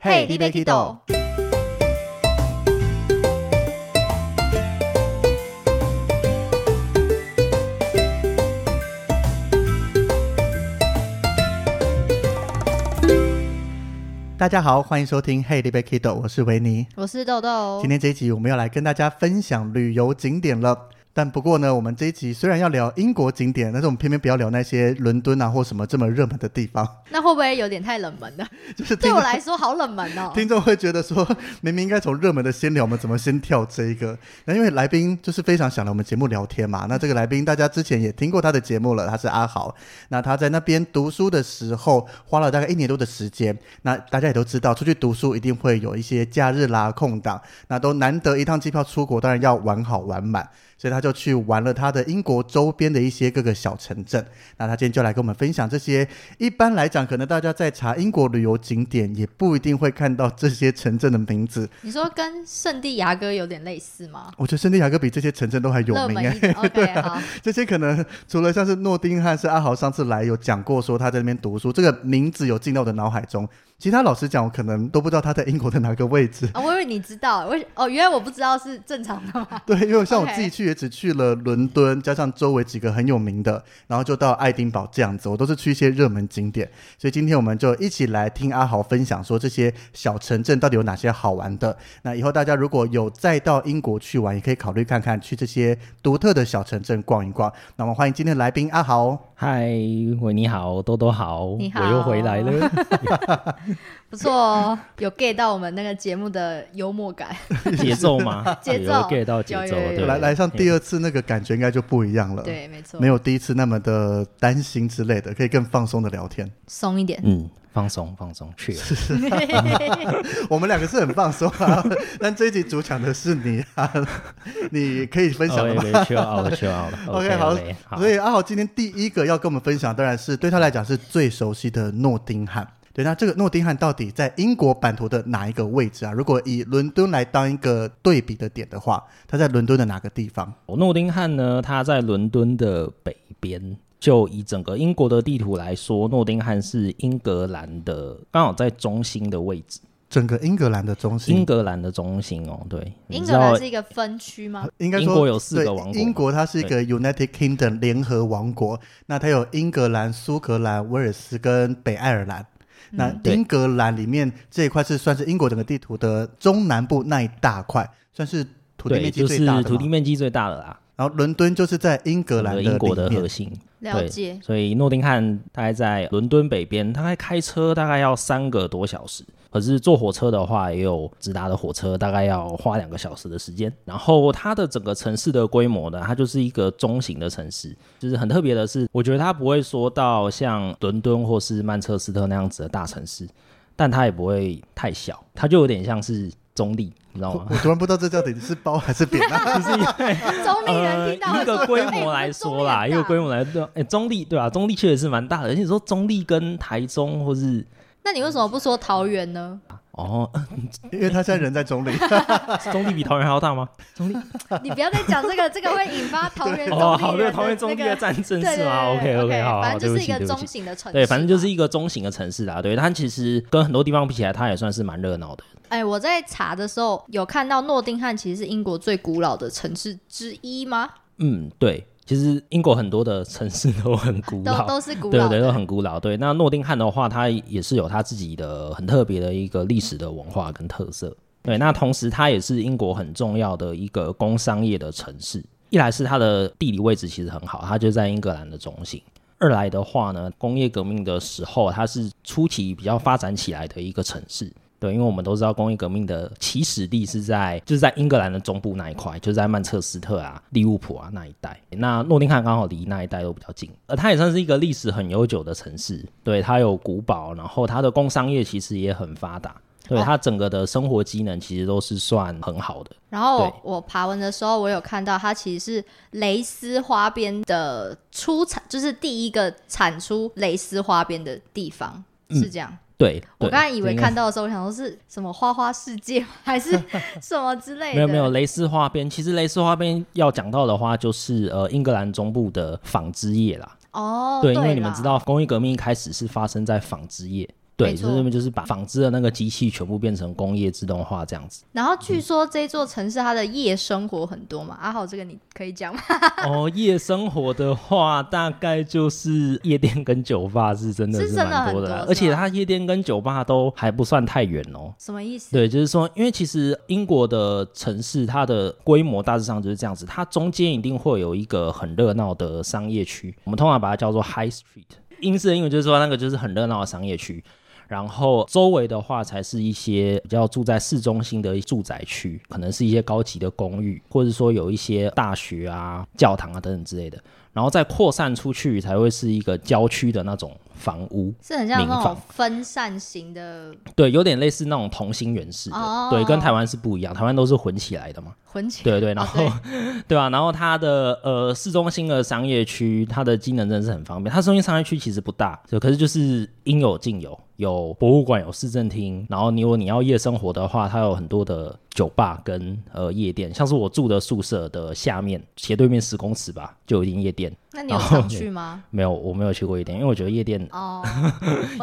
嘿，立贝 Kido，大家好，欢迎收听 Hey, l i b e Kido，我是维尼。我是豆豆今。天这一集我们要来跟大家分享旅游景点了。但不过呢，我们这一集虽然要聊英国景点，但是我们偏偏不要聊那些伦敦啊或什么这么热门的地方， 那会不会有点太冷门了？就是听对我来说好冷门哦。听众会觉得说， 明明应该从热门的先聊，我们怎么先跳这一个？那因为来宾就是非常想来我们节目聊天嘛。那这个来宾大家之前也听过他的节目了，他是阿豪。那他在那边读书的时候，花了大概一年多的时间。那大家也都知道，出去读书一定会有一些假日啦、空档，那都难得一趟机票出国，当然要玩好玩满。所以他就去玩了他的英国周边的一些各个小城镇。那他今天就来跟我们分享这些。一般来讲，可能大家在查英国旅游景点，也不一定会看到这些城镇的名字。你说跟圣地亚哥有点类似吗？我觉得圣地亚哥比这些城镇都还有热名门哎、 一点。OK，好，这些可能除了像是诺丁汉，是阿豪上次来有讲过说他在那边读书，这个名字有进到我的脑海中。其他老实讲，我可能都不知道他在英国的哪个位置。啊，我以为你知道，我以为哦，原来我不知道是正常 的吗？对，因为像我 OK 自己去也只去了伦敦，加上周围几个很有名的，然后就到爱丁堡这样子，我都是去一些热门景点。所以今天我们就一起来听阿豪分享说这些小城镇到底有哪些好玩的。那以后大家如果有再到英国去玩，也可以考虑看看去这些独特的小城镇逛一逛。那我们欢迎今天的来宾阿豪。嗨，喂，你好，多多好，你好我又回来了。 不错哦，有 get 到我们那个节目的幽默感。节奏吗？节奏有 get 到节有有奏，有有对，来来上第二，二次那个感觉应该就不一样了，，对，没错，呃没有第一次那么的担心之类的，可以更放松的聊天。松一点。嗯，放松放松，去了。我们两个是很放松啊，但这一集主讲的是你啊，你可以分享的吗去好 了，去好了。 ？OK，好，所以阿豪今天第一个要跟我们分享，当然是对他来讲是最熟悉的诺丁汉。对，那这个诺丁汉到底在英国版图的哪一个位置啊？如果以伦敦来当一个对比的点的话，它在伦敦的哪个地方？诺丁汉呢，它在伦敦的北边。就以整个英国的地图来说，诺丁汉是英格兰的刚好在中心的位置，整个英格兰的中英心，格兰的中心哦。对，你英知格道兰是一个分区吗？应该说英国有四个对王国英国它是一个 United Kingdom 联合王国，那它有英格兰、苏格兰、威尔斯跟北爱尔兰。那嗯对英格兰里面这一块是算是英国整个地图的中南部那一大块，算是土地对，面积就最大是的嘛。土地面积最大的啦，然后伦敦就是在英格兰整的个英国的里面核心。了解。所以诺丁汉大概在伦敦北边，大概开车大概要三个多小时，可是坐火车的话，也有直达的火车，大概要花两个小时的时间。然后它的整个城市的规模呢，它就是一个中型的城市，就是很特别的是，我觉得它不会说到像伦敦或是曼彻斯特那样子的大城市，但它也不会太小，它就有点像是中立，你知道我吗？我突然不知道这到底是包还是扁 啊？哦中立人呃，听到会说一个规哎模来说啦，我们中立很大一个规模来说，哎、中立对吧、中立确实是蛮大的，而且说中立跟台中或是那你为什么不说桃园呢？ 哦， 因为他现在人在中立，中立比桃园还要 大吗？中立你不要再讲这个，这个会引发桃园中立人 哦，的好那对，个桃园中立的战争对是对吗？OK 对 OK，好，反好，正对就不是一起，对个不中起。型的城市嘛。啊对，反正就是一个中型的城市啦，对，它其实跟很多地方比起来，它也算是蛮热闹的。哎，我在查的时候有看到诺丁汉其实是英国最古老的城市之一吗？嗯，对，其实英国很多的城市都很古都老，都是古对老对，都的。很古老。对，那诺丁汉的话，它也是有它自己的很特别的一个历史的文化跟特色。对，那同时它也是英国很重要的一个工商业的城市。一来是它的地理位置其实很好，它就在英格兰的中心；二来的话呢，工业革命的时候，它是初期比较发展起来的一个城市。对，因为我们都知道工业革命的起始地是在就是在英格兰的中部那一块，就是在曼彻斯特啊、利物浦啊那一带。那诺丁汉刚好离那一带都比较近，而它也算是一个历史很悠久的城市。对，它有古堡，然后它的工商业其实也很发达。对，哦它整个的生活机能其实都是算很好的。然后对我我爬文的时候，我有看到它其实是蕾丝花边的出产，就是第一个产出蕾丝花边的地方，是这样。对，我嗯对刚才以为应该看到的时候，我想说是什么花花世界吗还是 什么之类的，没有没有，蕾丝花边。其实蕾丝花边要讲到的话，就是呃英格兰中部的纺织业啦。哦，对，因为你啦们知道工业革命一开始是发生在纺织业。对，没就错是他们就是把纺织的那个机器全部变成工业自动化这 样子。然后据说这座城市它的夜生活很多嘛，阿豪这个你可以讲吗？哦，夜生活的话，大概就是夜店跟酒吧是真的是真的蛮多的啦很多而且是吧它夜店跟酒吧都还不算太远哦。 什么意思？对，就是说，因为其实英国的城市它的规模大致上就是这样子，它中间一定会有一个很热闹的商业区，我们通常把它叫做 High Street。英式的英文就是说那个就是很热闹的商业区，然后周围的话才是一些比较住在市中心的住宅区，可能是一些高级的公寓，或者说有一些大学啊、教堂啊等等之类的，然后再扩散出去才会是一个郊区的那种房屋。是很像那民种房分散型的对，有点类似那种同心圆式的，哦对，跟台湾是不一样，台湾都是混起来的嘛。混起来。对对，然后、 对吧、然后它的呃市中心的商业区，它的机能真的是很方便。它市中心商业区其实不大，就可是就是应有尽有，有博物馆，有市政厅。然后你如果你要夜生活的话，它有很多的酒吧跟呃夜店，像是我住的宿舍的下面斜对面十公尺吧，就有一间夜店。那你有然后常去吗？没有，我没有去过夜店，因为我觉得夜店 哦，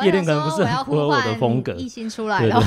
夜店可能不是很我想说符合我我要呼的唤风格艺兴出来对了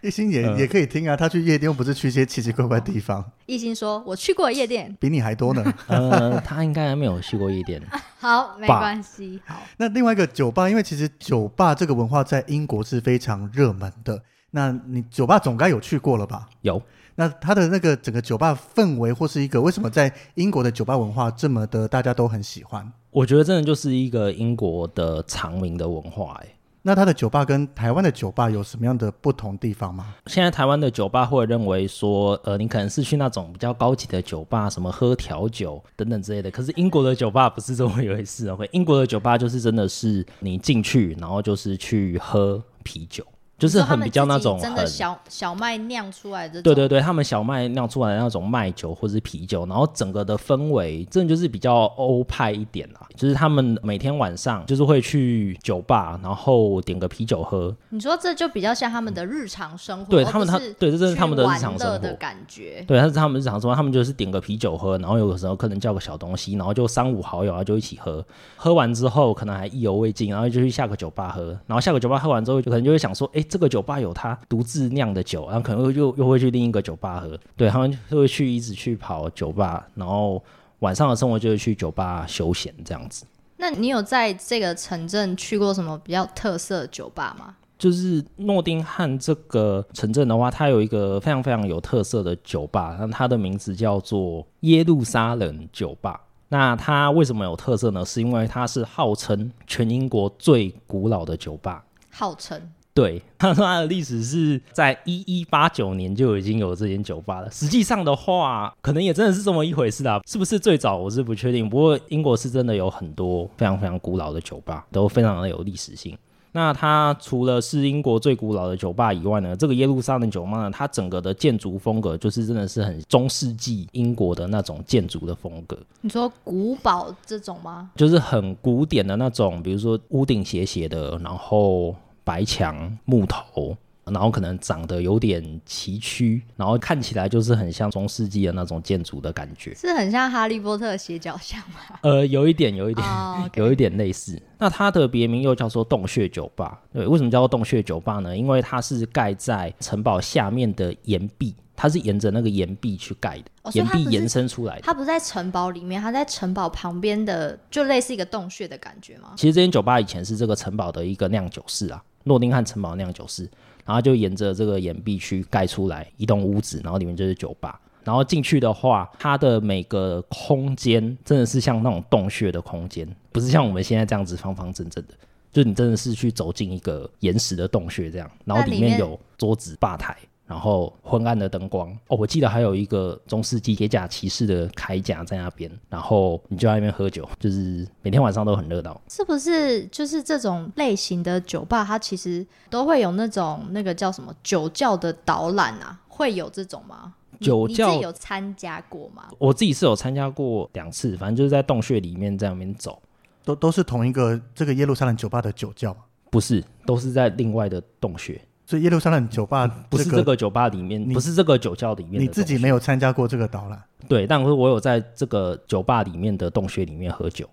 对，一心也、嗯也可以听啊，他去夜店又不是去一些奇奇怪怪的地方， 艺兴说：“我去过夜店。比你还多呢。呃，他应该没有去过夜店。”好，没吧关系。好，那另外一个酒吧，因为其实酒吧这个文化在英国是非常热门的。那你酒吧总该有去过了吧？有，那它的那个整个酒吧氛围，或是一个为什么在英国的酒吧文化这么的大家都很喜欢？我觉得真的就是一个英国的长明的文化、欸，那它的酒吧跟台湾的酒吧有什么样的不同地方吗？现在台湾的酒吧会认为说，呃，你可能是去那种比较高级的酒吧，什么喝调酒等等之类的。可是英国的酒吧不是这么一回事，OK？英国的酒吧就是真的是你进去，然后就是去喝啤酒，就就是很比较那种真很的小小麦酿出来的这种，对对对，他们小麦酿出来的那种麦酒或是啤酒，然后整个的氛围真的就是比较欧派一点啦，就是他们每天晚上就是会去酒吧，然后点个啤酒喝，你说这就比较像他们的日常生活，嗯对而他们不他是对这真的是去他们的日玩常乐生的活感觉。对，但是他们日常说，他们就是点个啤酒喝，然后有的时候可能叫个小东西，然后就三五好友啊就一起喝，喝完之后可能还意犹未尽，然后就去下个酒吧喝，然后下个酒吧喝完之后，就可能就会想说，哎，这个酒吧有他独自酿的酒，然后可能又又又会去另一个酒吧喝，对他们就会去一直去跑酒吧，然后晚上的生活就是去酒吧休闲这样子。那你有在这个城镇去过什么比较特色的酒吧吗？就是诺丁汉这个城镇的话，它有一个非常非常有特色的酒吧，那它的名字叫做耶路撒冷酒吧。那它为什么有特色呢？是因为它是号称全英国最古老的酒吧。号称对，他说它的历史是在一一八九年就已经有这间酒吧了。实际上的话，可能也真的是这么一回事啊，是不是最早我是不确定。不过英国是真的有很多非常非常古老的酒吧，都非常的有历史性。那它除了是英国最古老的酒吧以外呢，这个耶路撒冷酒吧呢，它整个的建筑风格就是真的是很中世纪英国的那种建筑的风格。你说古堡这种吗？就是很古典的那种，比如说屋顶斜斜的，然后白墙木头，然后可能长得有点崎岖，然后看起来就是很像中世纪的那种建筑的感觉。是很像哈利波特的斜角巷吗？ 呃，有一点，有一点， 哦，OK 有一点类似。那它的别名又叫做洞穴酒吧，对，为什么叫做洞穴酒吧呢？因为它是盖在城堡下面的岩壁，它是沿着那个岩壁去盖的，哦所以岩它壁不是延伸出来的。它不在城堡里面，它在城堡旁边的，就类似一个洞穴的感觉吗？其实这间酒吧以前是这个城堡的一个酿酒室啊，诺丁汉城堡酿酒室，然后就沿着这个岩壁去盖出来一栋屋子，然后里面就是酒吧。然后进去的话，它的每个空间真的是像那种洞穴的空间，不是像我们现在这样子方方正正的，就你真的是去走进一个岩石的洞穴这样，然后那里里面面有桌子、吧台，然后昏暗的灯光。哦，我记得还有一个中世纪铁甲骑士的铠甲在那边，然后你就在那边喝酒，就是每天晚上都很热闹。是不是就是这种类型的酒吧，它其实都会有那种那个叫什么酒窖的导览啊？会有这种吗？你酒你自己窖有参加过吗？我自己是有参加过两次，反正就是在洞穴里面在那边走，都都是同一个这个耶路撒冷酒吧的酒窖嘛，不是，都是在另外的洞穴，所以耶路撒冷酒吧嗯不是这这个，个酒吧里面，你不是这个酒窖里面的你自己洞没有参加过这个导览。穴对，但是我有在这个酒吧里面的洞穴里面喝酒。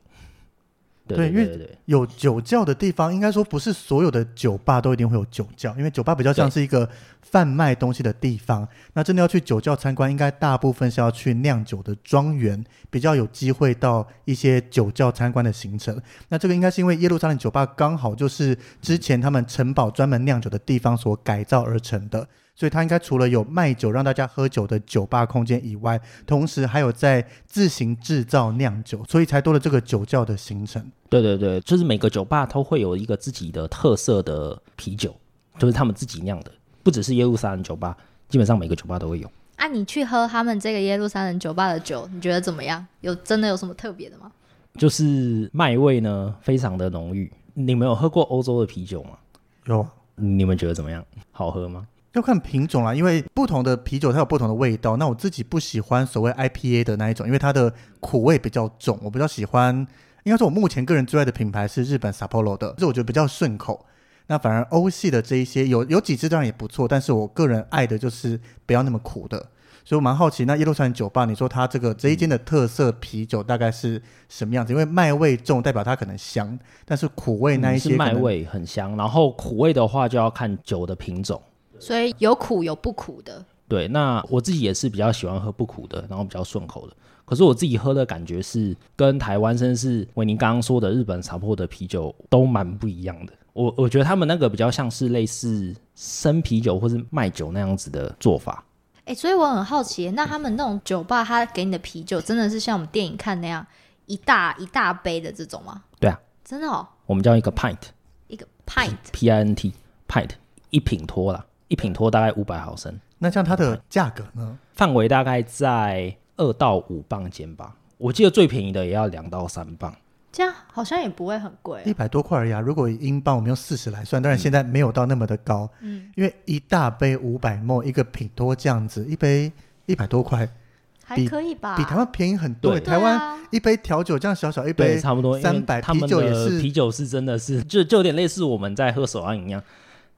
对对对因为对对对，有酒窖的地方，应该说不是所有的酒吧都一定会有酒窖，因为酒吧比较像是一个贩卖东西的地方。那真的要去酒窖参观，应该大部分是要去酿酒的庄园，比较有机会到一些酒窖参观的行程。那这个应该是因为耶路撒冷酒吧刚好就是之前他们城堡专门酿酒的地方所改造而成的。所以它应该除了有卖酒让大家喝酒的酒吧空间以外，同时还有在自行制造酿酒，所以才多了这个酒窖的行程。对对对，就是每个酒吧都会有一个自己的特色的啤酒，就是他们自己酿的，不只是耶路撒冷酒吧，基本上每个酒吧都会有。啊，你去喝他们这个耶路撒冷酒吧的酒，你觉得怎么样？有真的有什么特别的吗？就是麦味呢，非常的浓郁。你们有喝过欧洲的啤酒吗？有啊你们觉得怎么样？好喝吗？要看品种啦，因为不同的啤酒它有不同的味道。那我自己不喜欢所谓 IPA 的那一种，因为它的苦味比较重。我比较喜欢，应该说我目前个人最爱的品牌是日本 Sapporo 的，这我觉得比较顺口。那反而欧系的这一些有有几支当然也不错，但是我个人爱的就是不要那么苦的。所以我蛮好奇，那耶路撒冷酒吧，你说它这个这一间的特色啤酒大概是什么样子？因为麦味重代表它可能香，但是苦味那一些嗯是麦可能味很香，然后苦味的话就要看酒的品种。所以有苦有不苦的，对，那我自己也是比较喜欢喝不苦的，然后比较顺口的。可是我自己喝的感觉是跟台湾甚至维尼刚刚说的日本茶破的啤酒都蛮不一样的。我我觉得他们那个比较像是类似生啤酒或是麦酒那样子的做法，哎、所以我很好奇，那他们那种酒吧，他给你的啤酒真的是像我们电影看那样一大一大杯的这种吗？对啊，真的哦，我们叫一个 pint 一个 pint， p i n t pint 一品脱啦，一品脱大概五百毫升，那像嗯它的价格呢？范围大概在二到五磅间吧。我记得最便宜的也要两到三磅。这样好像也不会很贵、一啊。百多块而已啊！如果以英镑我们用四十来算，当嗯然现在没有到那么的高，嗯，因为一大杯五百沫，一个品多这样子，一杯一百多块，还比可以吧？啊比台湾便宜很多。欸对啊台湾一杯调酒这样小小一对，杯，差不多，因为300他们啤酒也的是啤酒是真的是，就就有点类似我们在喝手摇饮一样，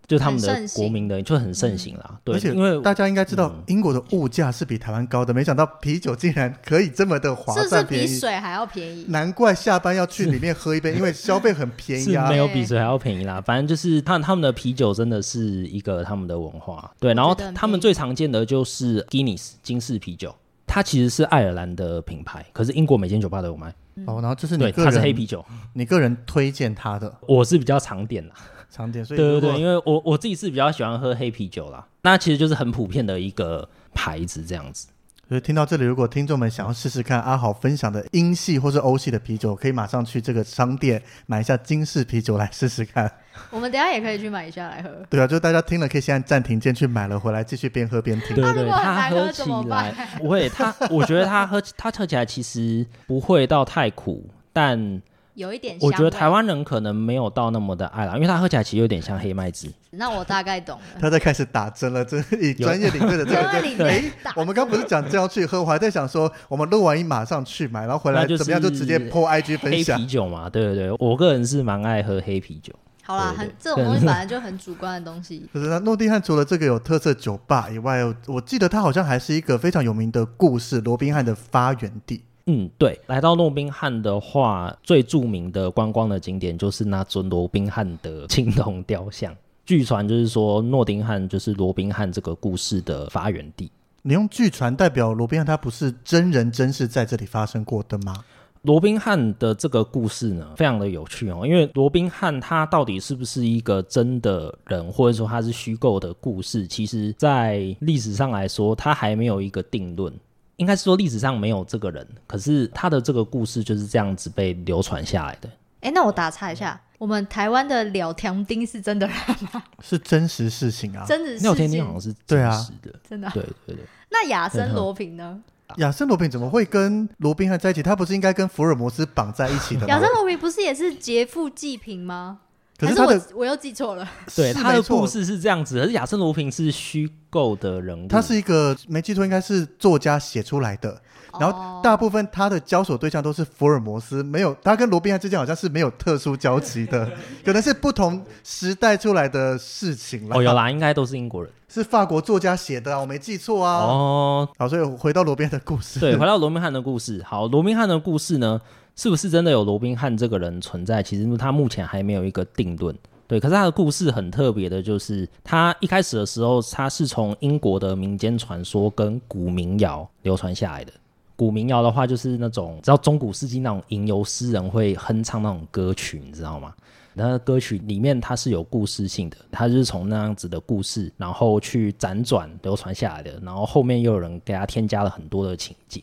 就他们很的盛行国民的就很盛行啦。对嗯而，且因为嗯大家应该知道英国的物价是比台湾高的，没想到啤酒竟然可以这么的划是不是算比便宜，水还要便宜？难怪下班要去里面喝一 杯，因为消费很便宜是啊没。有对比水还要便宜啦。反正就是他他们的啤酒真的是一个他们的文化，对。然后觉得很他们便宜最常见的就是 Guinness 金氏啤酒，它其实是爱尔兰的品牌，可是英国每间酒吧都有卖。哦，然后这是你对，个它是黑人，啤酒，你个人推荐它的我是比较常点啦。常点，所以对对如果对，因为我我自己是比较喜欢喝黑啤酒啦，那其实就是很普遍的一个牌子这样子。所以听到这里，如果听众们想要试试看阿豪分享的英系或是欧系的啤酒，可以马上去这个商店买一下金氏啤酒来试试看。 我们等一下也可以去买一下来喝。对啊，就大家听了可以现在暂停键去买了回来，继续边喝边 听。对那对，如果很它难喝喝起怎么来办不会，它我觉得它喝它喝起来其实不会到太苦，但有一点香我觉得味台，湾人可能没有到那么的爱啦，因为它喝起来其实有点像黑麦汁。那我大概 懂了。他在开始打针了，这以有啊专业领队的这专个业就领队诶打 我们刚不是讲这样去喝，我还在想说，我们录完音马上去买，然后回来那就怎是么样就直接 po IG 分黑享。啤。酒嘛，对对对，我个人是蛮爱喝黑啤酒。好啦，对很对这种东西本来就很主观的东西就是那诺丁汉除了这个有特色酒吧以外，我我记得它好像还是一个非常有名的故事——罗宾汉的发源地。嗯，对，来到诺宾汉的话，最著名的观光的景点就是那尊罗宾汉的青铜雕像。据传就是说，诺丁汉就是罗宾汉这个故事的发源地。你用剧传代表罗宾汉他不是真人真事在这里发生过的吗？罗宾汉的这个故事呢，非常的有趣哦，因为罗宾汉他到底是不是一个真的人，或者说他是虚构的故事，其实在历史上来说，他还没有一个定论。应该是说历史上没有这个人，可是他的这个故事就是这样子被流传下来的。哎、那我打岔一下，嗯我们台湾的了条丁是真的人吗？是真实事情啊。真的是廖天丁好像是对真啊实的，真的啊、对 对对，那亚森罗平呢？亚森罗宾怎么会跟罗宾汉在一起？他不是应该跟福尔摩斯绑在一起的亚吗森？罗平不是也是劫富济贫吗？可还他的是我我又记错了，对是他的没错故事是这样子，可是亚森罗平是虚构的人物，他是一个没记错，应该是作家写出来的。哦然后大部分他的交手对象都是福尔摩斯，没有他跟罗宾汉之间好像是没有特殊交集 的，可能是不同时代出来的事情啦。哦有啦，应该都是英国人是法国作家写的啊，我没记错啊。哦。好，所以回到罗宾汉的故事，对，回到罗宾汉的故事，好，罗宾汉的故事呢，是不是真的有罗宾汉这个人存在？其实他目前还没有一个定论。对，可是他的故事很特别的，就是他一开始的时候，他是从英国的民间传说跟古民谣流传下来的。古民谣的话，就是那种知道中古世纪那种吟游诗人会哼唱那种歌曲，你知道吗？那个歌曲里面它是有故事性的，它就是从那样子的故事，然后去辗转流传下来的，然后后面又有人给它添加了很多的情节。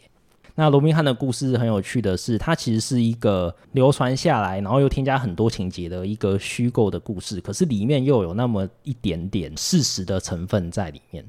那罗宾汉的故事很有趣的是，它其实是一个流传下来，然后又添加很多情节的一个虚构的故事，可是里面又有那么一点点事实的成分在里面。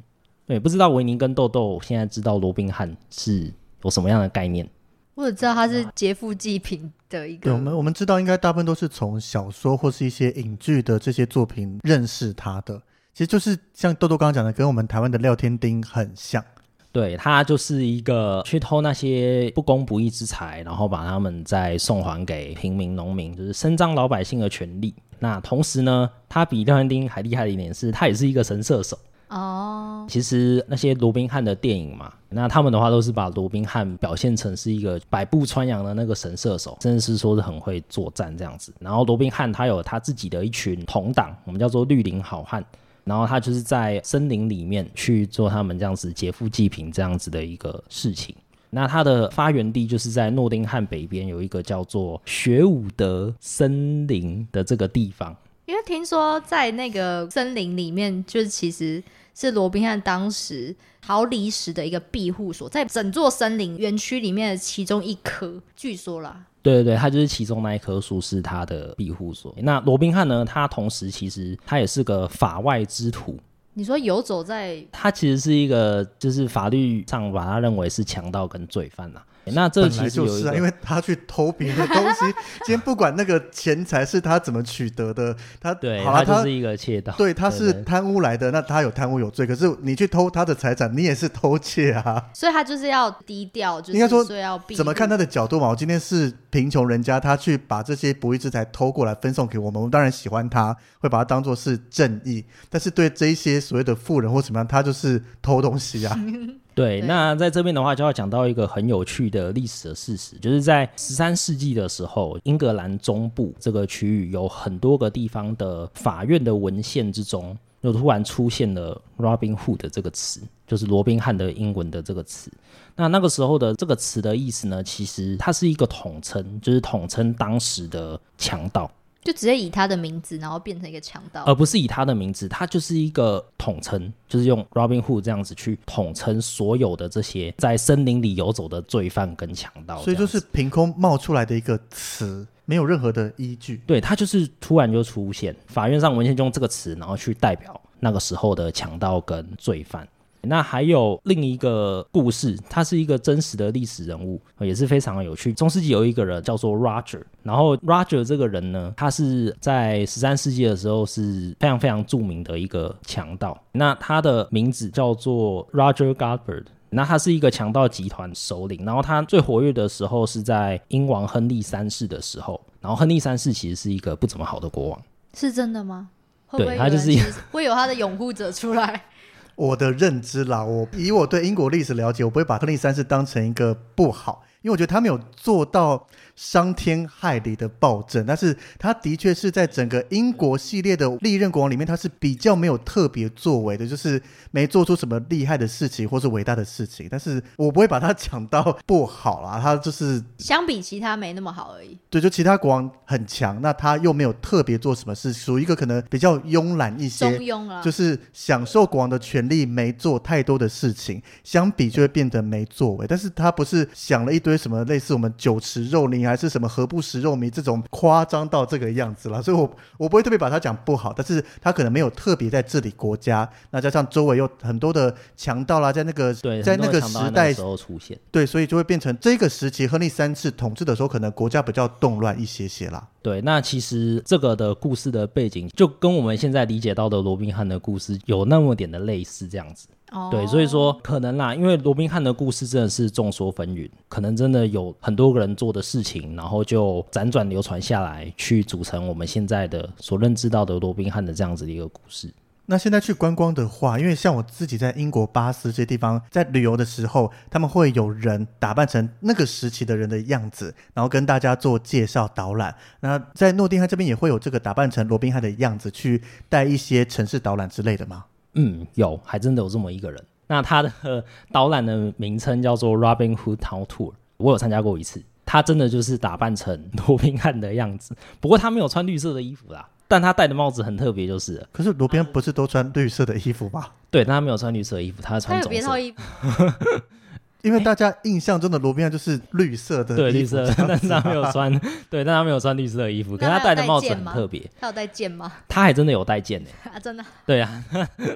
对，不知道维尼跟豆豆现在知道罗宾汉是有什么样的概念？我只知道他 是劫富济贫的一对，我个。们我们知道，应该大部分都是从小说或是一些影剧的这些作品认识他的。其实就是像豆豆刚刚讲的，跟我们台湾的廖天丁很像。对他就是一个去偷那些不公不义之财，然后把他们再送还给平民农民，就是伸张老百姓的权利。那同时呢，他比廖元丁还厉害的一点是，他也是一个神射手。哦，其实那些罗宾汉的电影嘛，那他们的话都是把罗宾汉表现成是一个百步穿杨的那个神射手，真的是说是很会作战这样子。然后罗宾汉他有他自己的一群同党，我们叫做绿林好汉。然后他就是在森林里面去做他们这样子劫富济贫这样子的一个事情。那它的发源地就是在诺丁汉北边有一个叫做雪伍德森林的这个地方。因为听说在那个森林里面，就是其实是罗宾汉当时逃离时的一个庇护所，在整座森林园区里面的其中一棵，据说啦。对对对，它就是其中那一棵树是它的庇护所。那罗宾汉呢，他同时其实他也是个法外之徒，你说游走在他其实是一个就是法律上把他认为是强盗跟罪犯呐、那这本其来实就有一是个，啊，因为他去偷别人的东西， 今天不管那个钱财是他怎么取得的，他对好了，他就他是一个窃盗。对他对是对贪污来的，那他有贪污有罪，可是你去偷他的财产，你也是偷窃啊。所以他就是要低调，就是应该说所以要避怎么看他的角度嘛？我今天是贫穷人家，他去把这些不义之财偷过来分送给我们，我们当然喜欢他，会把他当做是正义。但是对这一些所谓的富人或怎么样，他就是偷东西啊。对，对那在这边的话，就要讲到一个很有趣的历史的事实，就是在十三世纪的时候，英格兰中部这个区域有很多个地方的法院的文献之中，就突然出现了 Robin Hood 这个词，就是罗宾汉的英文的这个词。那那个时候的这个词的意思呢，其实它是一个统称，就是统称当时的强盗，就直接以他的名字，然后变成一个强盗。而不是以他的名字，它就是一个统称，就是用 Robin Hood 这样子去统称所有的这些在森林里游走的罪犯跟强盗这样子，所以就是凭空冒出来的一个词，没有任何的依据。对他就是突然就出现，法院上文献就用这个词，然后去代表那个时候的强盗跟罪犯。那还有另一个故事，他是一个真实的历史人物，呃也是非常有趣。中世纪有一个人叫做 Roger，然后 Roger 这个人呢，他是在十三世纪的时候是非常非常著名的一个强盗。那他的名字叫做 Roger Godbert。那他是一个强盗集团首领，然后他最活跃的时候是在英王亨利三世的时候，然后亨利三世其实是一个不怎么好的国王。是真的吗？会对不会他有就是人一其实会有他的拥护者出 来？我的认知啦，我以我对英国历史了解，我不会把亨利三世当成一个不好，因为我觉得他没有做到伤天害理的暴政，但是他的确是在整个英国系列的历任国王里面，他是比较没有特别作为的，就是没做出什么厉害的事情或是伟大的事情，但是我不会把他讲到不好啦，他就是相比其他没那么好而已。对，就其他国王很强，那他又没有特别做什么事，属于一个可能比较慵懒一中些，庸啊，就是享受国王的权利，没做太多的事情，相比就会变得没作为。但是他不是想了一堆什么类似我们酒池肉林迷，还是什么何不食肉糜这种夸张到这个样子了。所以我我不会特别把它讲不好，但是他可能没有特别在治理国家，那加上周围有很多的强盗啦，在那个对，在很多那个人想时到啊在那代时候出现。对，所以就会变成这个时期亨利三世统治的时候，可能国家比较动乱一些些啦。对，那其实这个的故事的背景，就跟我们现在理解到的罗宾汉的故事有那么点的类似，这样子。哦对，所以说可能啦，因为罗宾汉的故事真的是众说纷纭，可能真的有很多个人做的事情，然后就辗转流传下来，去组成我们现在的所认知到的罗宾汉的这样子的一个故事。那现在去观光的话，因为像我自己在英国巴斯这些地方，在旅游的时候，他们会有人打扮成那个时期的人的样子，然后跟大家做介绍导览。那在诺丁汉这边也会有这个打扮成罗宾汉的样子，去带一些城市导览之类的吗？嗯，有，还真的有这么一个人。那他的呃导览的名称叫做 Robin Hood Town Tour，我有参加过一次。他真的就是打扮成罗宾汉的样子，不过他没有穿绿色的衣服啦，但他戴的帽子很特别，就是了可是罗宾汉不是都穿绿色的衣服吗？对，但他没有穿绿色的衣服，他是他穿有棕别色套的，衣服，因为大家印象中的罗宾汉就是绿色的对，衣绿服色的， 这样但子是他没有穿，对，但他没有穿绿色的衣服，可是那他他有戴的戴帽子剑很吗特别，他有带剑吗？ 他还真的有戴剑呢、啊，真的，对啊，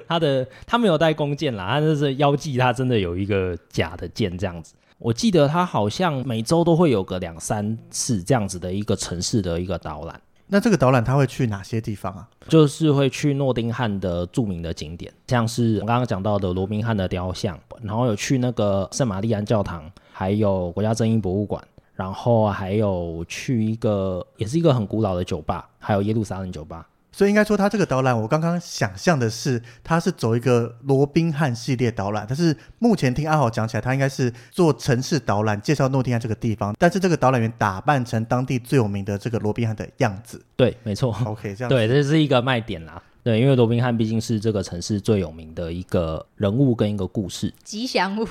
他的他没有带弓箭啦，他就是腰际，他真的有一个假的箭这样子。我记得他好像每周都会有个两三次这样子的一个城市的一个导览，那这个导览他会去哪些地方啊？就是会去诺丁汉的著名的景点，像是我刚刚讲到的罗宾汉的雕像，然后有去那个圣玛丽安教堂，还有国家正义博物馆，然后还有去一个也是一个很古老的酒吧，还有耶路撒冷酒吧。所以应该说，他这个导览，我刚刚想象的是，他是走一个罗宾汉系列导览，但是目前听阿豪讲起来，他应该是做城市导览，介绍诺丁汉这个地方，但是这个导览员打扮成当地最有名的这个罗宾汉的样子。对，没错。 OK，这样嗯对，这是一个卖点啦。对，因为罗宾汉毕竟是这个城市最有名的一个人物跟一个故事，吉祥 物，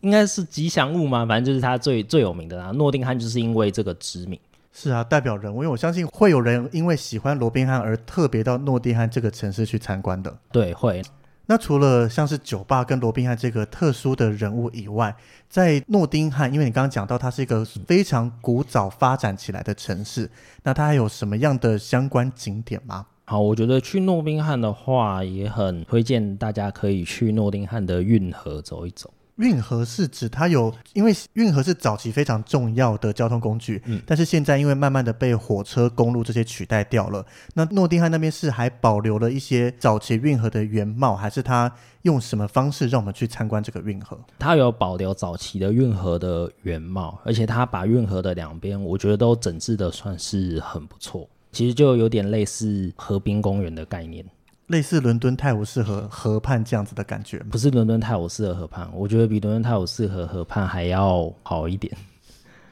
应该是吉祥物嘛，反正就是他最最有名的啦。诺丁汉就是因为这个知名，是啊，代表人物，因为我相信会有人因为喜欢罗宾汉而特别到诺丁汉这个城市去参观的。对，会那除了像是酒吧跟罗宾汉这个特殊的人物以外，在诺丁汉，因为你刚刚讲到它是一个非常古早发展起来的城市，那它还有什么样的相关景点吗？好。我觉得去诺丁汉的话，也很推荐大家可以去诺丁汉的运河走一走。运河是指它有，因为运河是早期非常重要的交通工具，但是现在因为慢慢的被火车、公路这些取代掉了。那诺丁汉那边是还保留了一些早期运河的原貌，还是它用什么方式让我们去参观这个运河？它有保留早期的运河的原貌，而且它把运河的两边，我觉得都整治的算是很不错。其实就有点类似河滨公园的概念。类似伦敦泰晤士河河畔这样子的感觉吗？不是伦敦泰晤士河河畔，我觉得比伦敦泰晤士河河畔还要好一点。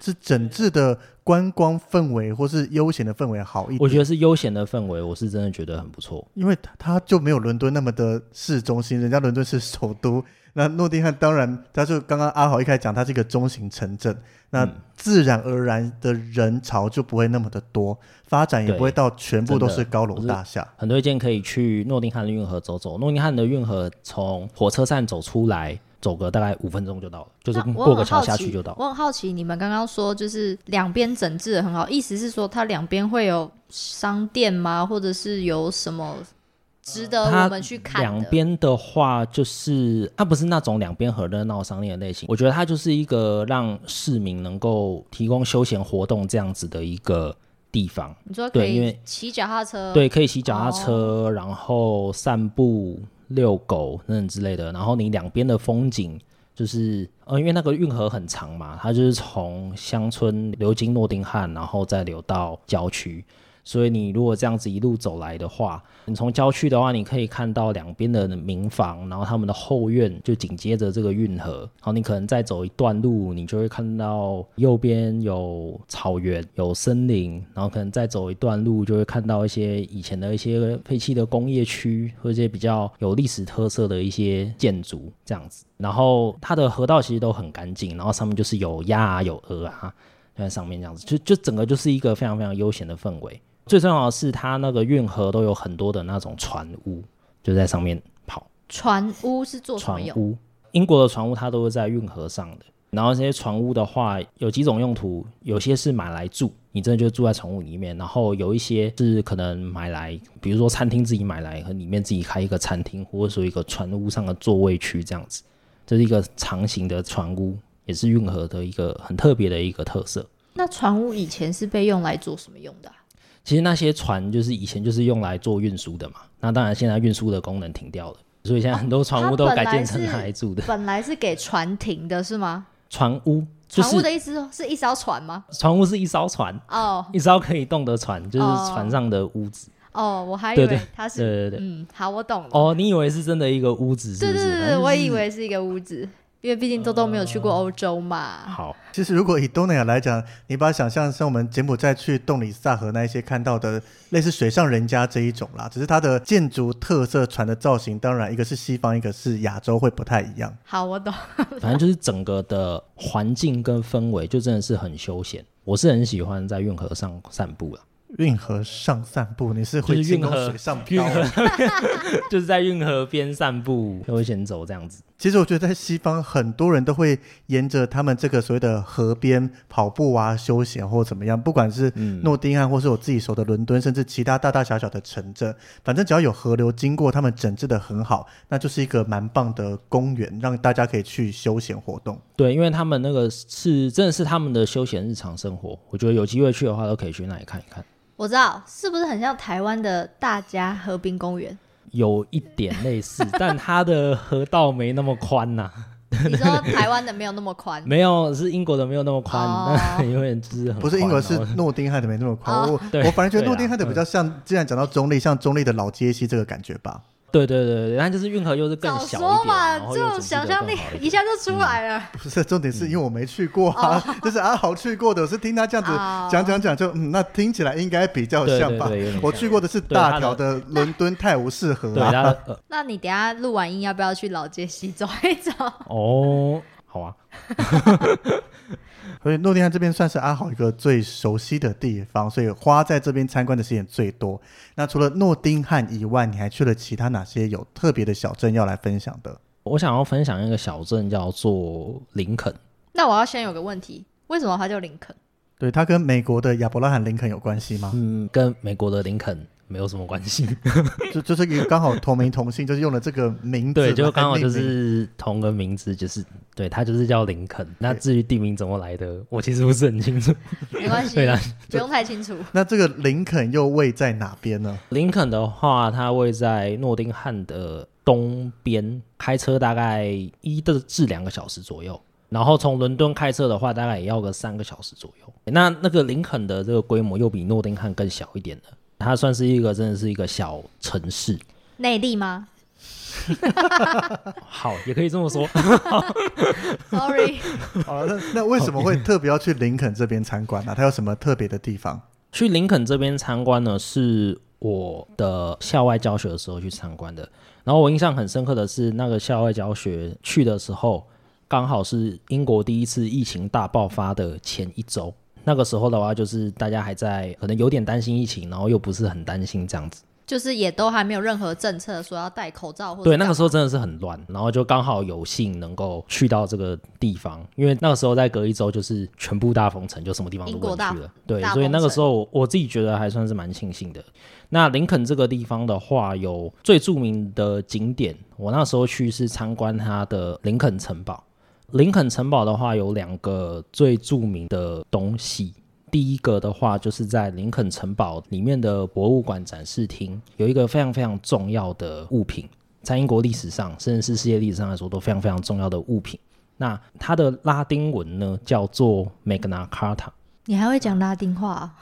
是整治的观光氛围或是悠闲的氛围好一点。我觉得是悠闲的氛围，我是真的觉得很不错。因为它它就没有伦敦那么的市中心，人家伦敦是首都。那诺丁汉当然，它就刚刚阿豪一开始讲，它是一个中型城镇，那嗯自然而然的人潮就不会那么的多，发展也对不会到全部都是真的高楼我是大厦。很推荐可以去诺丁汉的运河走走。诺丁汉的运河从火车站走出来，走个大概五分钟就到了，就是那我过个很桥好下奇去就到。我很好奇，你们刚刚说就是两边整治的很好，意思是说它两边会有商店吗？或者是有什么值得它我们去看的？两边的话，就是它不是那种两边很热闹商店的类型，我觉得它就是一个让市民能够提供休闲活动这样子的一个地方。你说可对因以为骑脚踏车，对，可以骑脚踏车，然后散步、遛狗那种之类的。然后你两边的风景就是，呃，因为那个运河很长嘛，它就是从乡村流经诺丁汉，然后再流到郊区。所以你如果这样子一路走来的话，你从郊区的话，你可以看到两边的民房，然后他们的后院就紧接着这个运河。然后你可能再走一段路，你就会看到右边有草原、有森林，然后可能再走一段路，就会看到一些以前的一些废弃的工业区，或者一些比较有历史特色的一些建筑这样子。然后它的河道其实都很干净，然后上面就是有鸭啊、有鹅啊。就在上面这样子，就就整个就是一个非常非常悠闲的氛围。最重要的是，它那个运河都有很多的那种船屋，就在上面跑。船屋是做什船么用？屋，英国的船屋它都是在运河上的。然后这些船屋的话，有几种用途，有些是买来住，你真的就住在船屋里面；然后有一些是可能买来，比如说餐厅自己买来，和里面自己开一个餐厅，或者说一个船屋上的座位区这样子。这是一个长形的船屋，也是运河的一个很特别的一个特色。那船坞以前是被用来做什么用的啊、其实那些船就是以前就是用来做运输的嘛，那当然现在运输的功能停掉了，所以现在很多船屋都改建成拿来住的。 本来是给船停的是吗？船屋就船坞是的意思是一艘船吗？船屋是一艘船，哦一艘可以动的船，就是哦船上的屋子。哦，我还以对对为它对是对对。嗯，好，我懂了。哦，你以为是真的一个屋子是对不对是？对反对，正我也以为是一个屋子，因为毕竟豆豆没有去过欧洲嘛。好，其实，如果以东南亚来讲，你把它想象像我们柬埔寨去洞里萨河那一些看到的类似水上人家这一种啦，只是它的建筑特色、船的造型，当然一个是西方，一个是亚洲，会不太一样。好，我懂。反正就是整个的环境跟氛围，就真的是很休闲。我是很喜欢在运河上散步了，运河上散步，你是就会是进运攻河水上漂运啊河 就是在运河边散步，悠闲走这样子。其实我觉得在西方，很多人都会沿着他们这个所谓的河边跑步啊、休闲或怎么样，不管是嗯诺丁汉，或是我自己熟的伦敦，甚至其他大大小小的城镇，反正只要有河流经过，他们整治的很好，那就是一个蛮棒的公园，让大家可以去休闲活动。对，因为他们那个是真的是他们的休闲日常生活，我觉得有机会去的话都可以去那里看一看，我知道，是不是很像台湾的大家河滨公园？有一点类似，但它的河道没那么宽呐、你说台湾的没有那么宽， 没有是英国的没有那么宽， 哦那有点就是很不是英国，宽哦是然后诺丁汉的没那么宽。哦我啊对我反而觉得对啊啦诺丁汉的比较像，既然讲到中立，像中立的老街西这个感觉吧。对对对对，但就是运河又是更早小说一点，啊嘛，然后这又种组织想得象更力好一一点嗯下就出来了。不是重点，是因为我没去过啊， 就是阿豪去过的，我是听他这样子哦讲讲讲，就嗯，那听起来应该比较对像对吧对有点。我像去过的是对他大条的 伦敦泰晤士河对，啊，它的、呃、那你等一下录完音要不要去老街西走一走？哦，好啊，所以诺丁汉这边算是阿豪一个最熟悉的地方，所以花在这边参观的时间最多。那除了诺丁汉以外，你还去了其他哪些有特别的小镇要来分享的？我想要分享一个小镇叫做林肯， 那我要先有个问题，为什么它叫林肯？对，它跟美国的亚伯拉罕林肯有关 系吗？嗯，跟美国的林肯没有什么关系，就就是一个刚好同名同姓，就是用了这个名字来命名，对，就刚好就是同个名字，就是对他就是叫林肯。那至于地名怎么来的，我其实不是很清 楚。没关系对啊啦，不用太清楚。那这个林肯又位在哪边呢？ 林肯的话，它位在诺丁汉的东边，开车大概一至两个小时左右。然后从伦敦开车的话，大概也要个三个小时左右。那那个林肯的这个规模又比诺丁汉更小一点的，它算是一个真的是一个小城市。内力吗好，也可以这么说。 ？Sorry， 好，那那为什么会特别要去林肯这边参观呢、啊它有什么特别的地方？去林肯这边参观呢，是我的校外教学的时候去参观的。然后我印象很深刻的是，那个校外教学去的时候，刚好是英国第一次疫情大爆发的前一周。那个时候的话，就是大家还在可能有点担心疫情，然后又不是很担心这样子。就是也都还没有任何政策说要戴口罩或者对，那个干时候真的是很乱，然后就刚好有幸能够去到这个地方，因为那个时候再隔一周就是全部大封城，就什么地方都英不国能大去了。对大，所以封那个时城候我我自己觉得还算是蛮庆幸的。那林肯这个地方的话，有最著名的景点，我那时候去是参观它的林肯城堡。林肯城堡的话，有两个最著名的东西。第一个的话，就是在林肯城堡里面的博物馆展示厅，有一个非常非常重要的物品，在英国历史上，甚至是世界历史上来说，都非常非常重要的物品。那它的拉丁文呢，叫做 Magna Carta，你还会讲拉丁话、啊？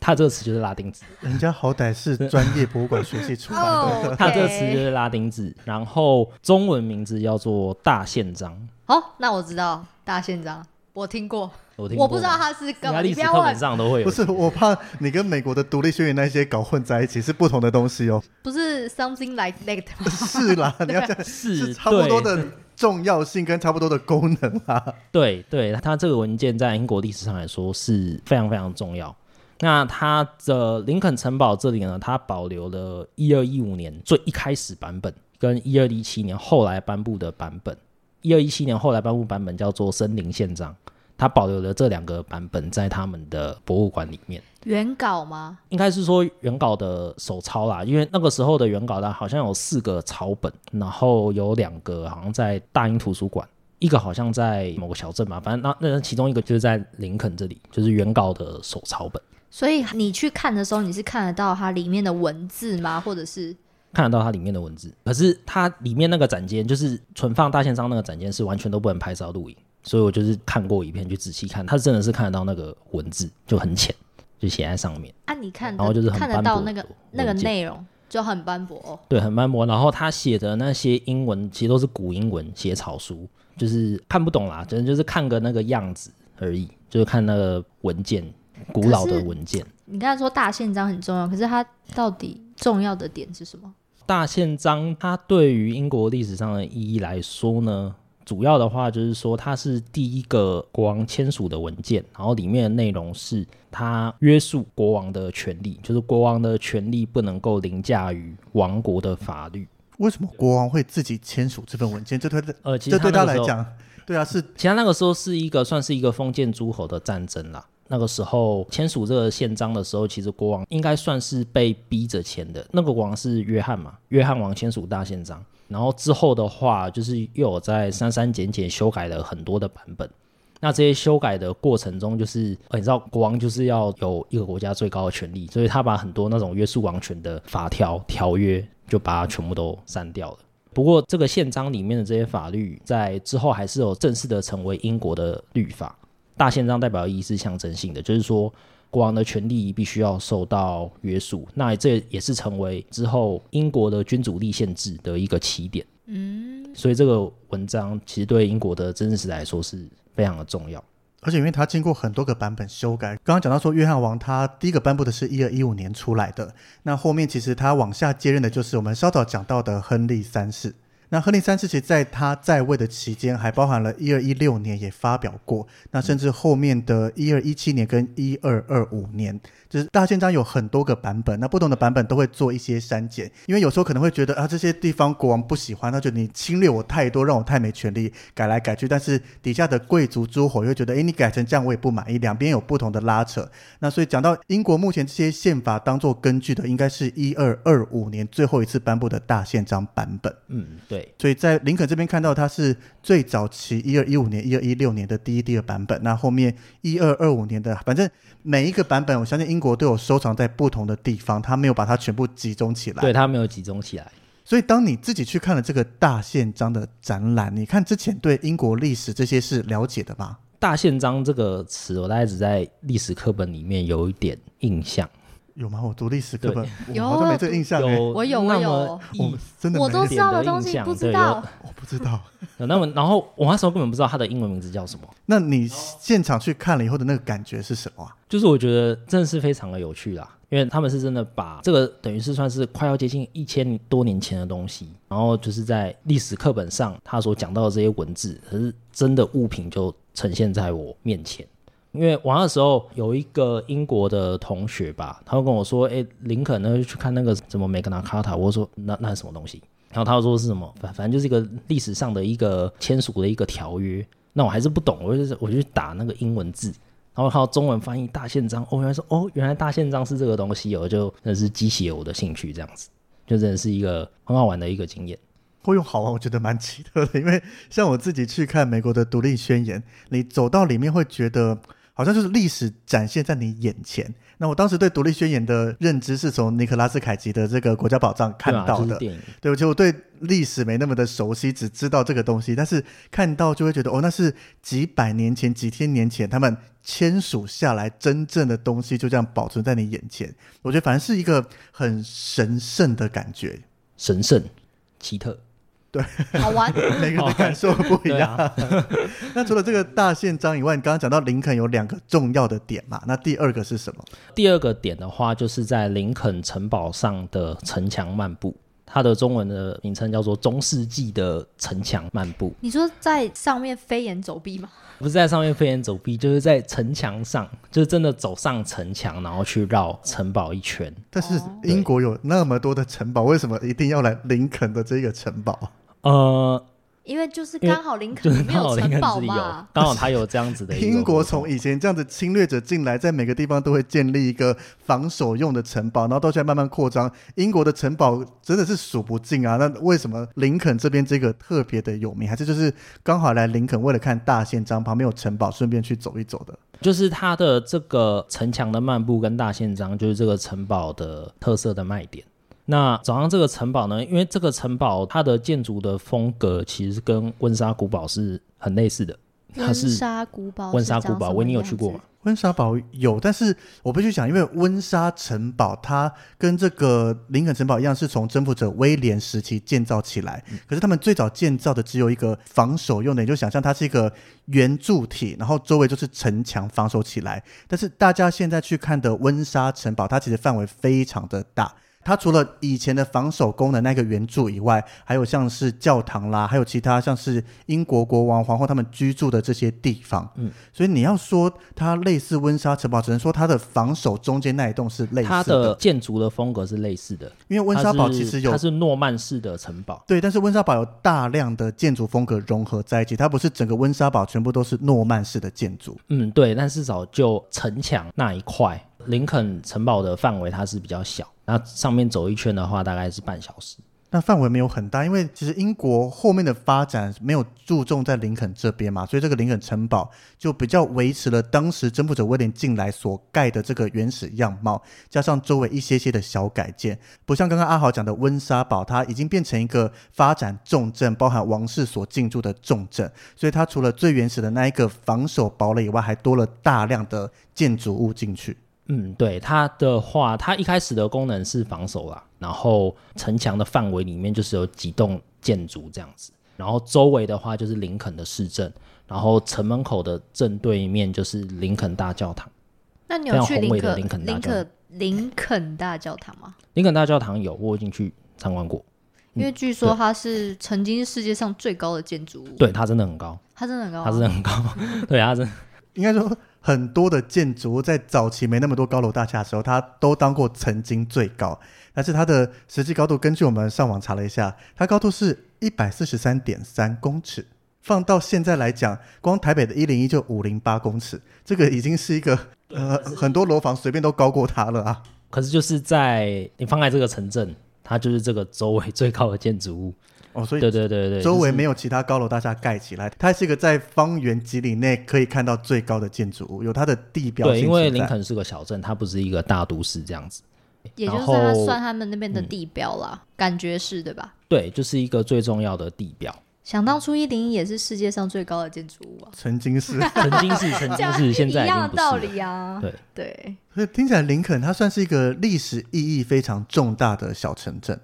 它这个词就是拉丁字，人家好歹是专业博物馆学系嗯出来 Oh, 哦的，它哦这个词就是拉丁字。然后中文名字叫做大宪章，好，那我知道大宪章，我听过，我听我不过知道他是干应嘛，该你历不史要课本问，上都会 有。不是我怕你跟美国的独立宣言那些搞混在一起是不同的东西哦。不是 something like that 吗？是啦，你要讲是差不多对的重要性跟差不多的功能啊。对对，它这个文件在英国历史上来说是非常非常重要。那它的林肯城堡这里呢，它保留了1215年最一开始版本跟1217年后来颁布的版本。1215一二一七年后来颁布版本叫做《森林宪章》，它保留了这两个版本在他们的博物馆里面。原稿吗？应该是说原稿的手抄啦，因为那个时候的原稿呢，好像有四个草本，然后有两个好像在大英图书馆，一个好像在某个小镇吧，反正那那其中一个就是在林肯这里，就是原稿的手抄本，所以你去看的时候，你是看得到它里面的文字吗？或者是看得到它里面的文字。可是它里面那个展间，就是存放大宪章那个展间是完全都不能拍照录影，所以我就是看过一遍去仔细看，它真的是看得到那个文字，就很浅，就写在上面。啊，你看然后就是得很看得斑到驳那个的那个文件内容就很斑驳、哦。对，很斑驳。然后他写的那些英文其实都是古英文写草书，就是看不懂啦，真的就是看个那个样子而已，就是看那个文件，古老的文件。你刚才说大宪章很重要，可是它到底重要的点是什么？大宪章它对于英国历史上的意义来说呢，主要的话就是说它是第一个国王签署的文件，然后里面的内容是它约束国王的权利，就是国王的权利不能够凌驾于王国的法律。为什么国王会自己签署这份文件？这对呃，其实这对它他那个来时候讲，对啊，是其他那个时候是一个算是一个封建诸侯的战争啦。那个时候签署这个宪章的时候，其实国王应该算是被逼着签的。那个国王是约翰嘛，约翰王签署大宪章，然后之后的话就是又有在删删减减修改了很多的版本。那这些修改的过程中，就是、呃你知道国王就是要有一个国家最高的权利，所以他把很多那种约束王权的法条条约就把它全部都删掉了。不过，这个宪章里面的这些法律，在之后还是有正式的成为英国的律法。大宪章代表意义是象征性的，就是说国王的权利必须要受到约束。那这也是成为之后英国的君主立宪制的一个起点。嗯，所以这个文章其实对英国的真实史来说是非常的重要。而且因为它经过很多个版本修改，刚刚讲到说约翰王他第一个颁布的是一二一五年出来的，那后面其实他往下接任的就是我们稍早讲到的亨利三世。那亨利三世其实在他在位的期间，还包含了一二一六年也发表过，那甚至后面的一二一七年跟一二二五年，就是大宪章有很多个版本，那不同的版本都会做一些删减，因为有时候可能会觉得啊这些地方国王不喜欢，那就你侵略我太多，让我太没权利，改来改去，但是底下的贵族诸侯又觉得，诶，你改成这样我也不满意，两边有不同的拉扯。那所以讲到英国目前这些宪法当做根据的，应该是一二二五年最后一次颁布的大宪章版本。嗯，对。所以在林肯这边看到它是最早期一二一五年、一二一六年的第一、第二版本，那后面一二二五年的，反正每一个版本，我相信英国都有收藏在不同的地方，它没有把它全部集中起来。对，它没有集中起来。所以，当你自己去看了这个大宪章的展览，你看之前对英国历史这些是了解的吗？大宪章这个词，我大概只在历史课本里面有一点印象。有吗？我读历史课本，有我好像没这个印象哎、有我有我那有么一我真的没我都有，知道的东一西点的不印象知对道有，我不知道。有那么，然后我那时候根本不知道它的英文名字叫什么，那你现场去看了以后的那个感觉是什么啊？就是我觉得真的是非常的有趣啦，因为他们是真的把这个等于是算是快要接近一千多年前的东西，然后就是在历史课本上他所讲到的这些文字，可是真的物品就呈现在我面前。因为我那时候有一个英国的同学吧，他会跟我说：“哎、林肯呢去看那个什么梅格纳卡塔。”我说：“那那是什么东西？”然后他说是什么，反反正就是一个历史上的一个签署的一个条约。那我还是不懂，我就是我就去打那个英文字，然后看到中文翻译大宪章，哦，原来说哦，原来大宪章是这个东西哦，我就真的是激起了我的兴趣，这样子，就真的是一个很好玩的一个经验。会用好玩，我觉得蛮奇特的。因为像我自己去看美国的独立宣言，你走到里面会觉得好像就是历史展现在你眼前。那我当时对独立宣言的认知是从尼克拉斯凯奇的这个国家宝藏看对吧到就是的，电影，对，啊我觉得我对历史没那么的熟悉，只知道这个东西，但是看到就会觉得哦，那是几百年前、几千年前他们签署下来真正的东西，就这样保存在你眼前。我觉得反正是一个很神圣的感觉，神圣、奇特， 好玩。每个人的感受不一哦对样。啊， 那除了这个大宪章以外，你刚刚讲到林肯有两个重要的点嘛，那第二个是什么？第二个点的话，就是在林肯城堡上的城墙漫步，它的中文的名称叫做《中世纪的城墙漫步》，你说在上面飞檐走壁吗？不是在上面飞檐走壁，就是在城墙上，就是真的走上城墙，然后去绕城堡一圈。但是英国有那么多的城堡，为什么一定要来林肯的这个城堡？呃，因为就是因为刚好林肯就是没刚好林城肯堡自己有嘛，，刚好他有这样子的一 个英国活从动以前这样子侵略者进来，在每个地方都会建立一个防守用的城堡，然后到现在慢慢扩张。英国的城堡真的是数不尽啊！那为什么林肯这边这个特别的有名？还是就是刚好来林肯为了看大宪章，旁边有城堡，顺便去走一走的？就是它的这个城墙的漫步跟大宪章，就是这个城堡的特色的卖点。那早上这个城堡呢，因为这个城堡它的建筑的风格其实跟温莎古堡是很类似的，它温是哦莎古堡，温莎古堡，维尼有去过吗？？温莎堡有，但是我必须讲，因为温莎城堡它跟这个林肯城堡一样，是从征服者威廉时期建造起来。可是他们最早建造的只有一个防守用的，你就想象它是一个圆柱体，然后周围就是城墙防守起来。但是大家现在去看的温莎城堡，它其实范围非常的大。它除了以前的防守功能那个圆柱以外，还有像是教堂啦，还有其他像是英国国王、皇后他们居住的这些地方。嗯所以你要说它类似温莎城堡，只能说它的防守中间那一栋是类似它的建筑的风格是类似的。因为温莎堡它是其实有它是诺曼式的城堡，对，但是温莎堡有大量的建筑风格融合在一起，它不是整个温莎堡全部都是诺曼式的建筑。嗯，对，但至少就城墙那一块，林肯城堡的范围它是比较小，那上面走一圈的话大概是半小时。那范围没有很大，因为其实英国后面的发展没有注重在林肯这边嘛，所以这个林肯城堡就比较维持了当时征服者威廉进来所盖的这个原始样貌，加上周围一些些的小改建，不像刚刚阿豪讲的温莎堡，它已经变成一个发展重镇，包含王室所进驻的重镇，所以它除了最原始的那一个防守堡垒以外，还多了大量的建筑物进去。嗯，对它的话，它一开始的功能是防守啦，然后城墙的范围里面就是有几栋建筑这样子，然后周围的话就是林肯的市政，然后城门口的正对面就是林肯大教堂。那你有非常去宏林伟的肯林肯大林教嗯肯林肯大教堂吗？林肯大教堂有，我已经去参观过，因为据说它是曾经世界上最高的建筑物，对，它真的很高，它真的很高啊，它真的很高，对，它真的应该说很多的建筑物在早期没那么多高楼大厦的时候，它都当过曾经最高，但是它的实际高度，根据我们上网查了一下，它高度是一百四十三点三公尺。放到现在来讲，光台北的一零一就五零八公尺，这个已经是一个呃很多楼房随便都高过它了啊。可是就是在你放在这个城镇，它就是这个周围最高的建筑物。哦，所对以对对对，周围就是没有其他高楼大厦盖起来，它是一个在方圆几里内可以看到最高的建筑物，有它的地标对，性因为存林在肯是个小镇，它不是一个大都市这样子。也就是然它后嗯算他们那边的地标啦，感觉是对吧？对，就是一个最重要的地 标，想当初一零一也是世界上最高的建筑物 啊，曾经是曾经是曾经是，现在一已经样不道是了。理啊。对对，所以听起来，林肯它算是一个历史意义非常重大的小城镇，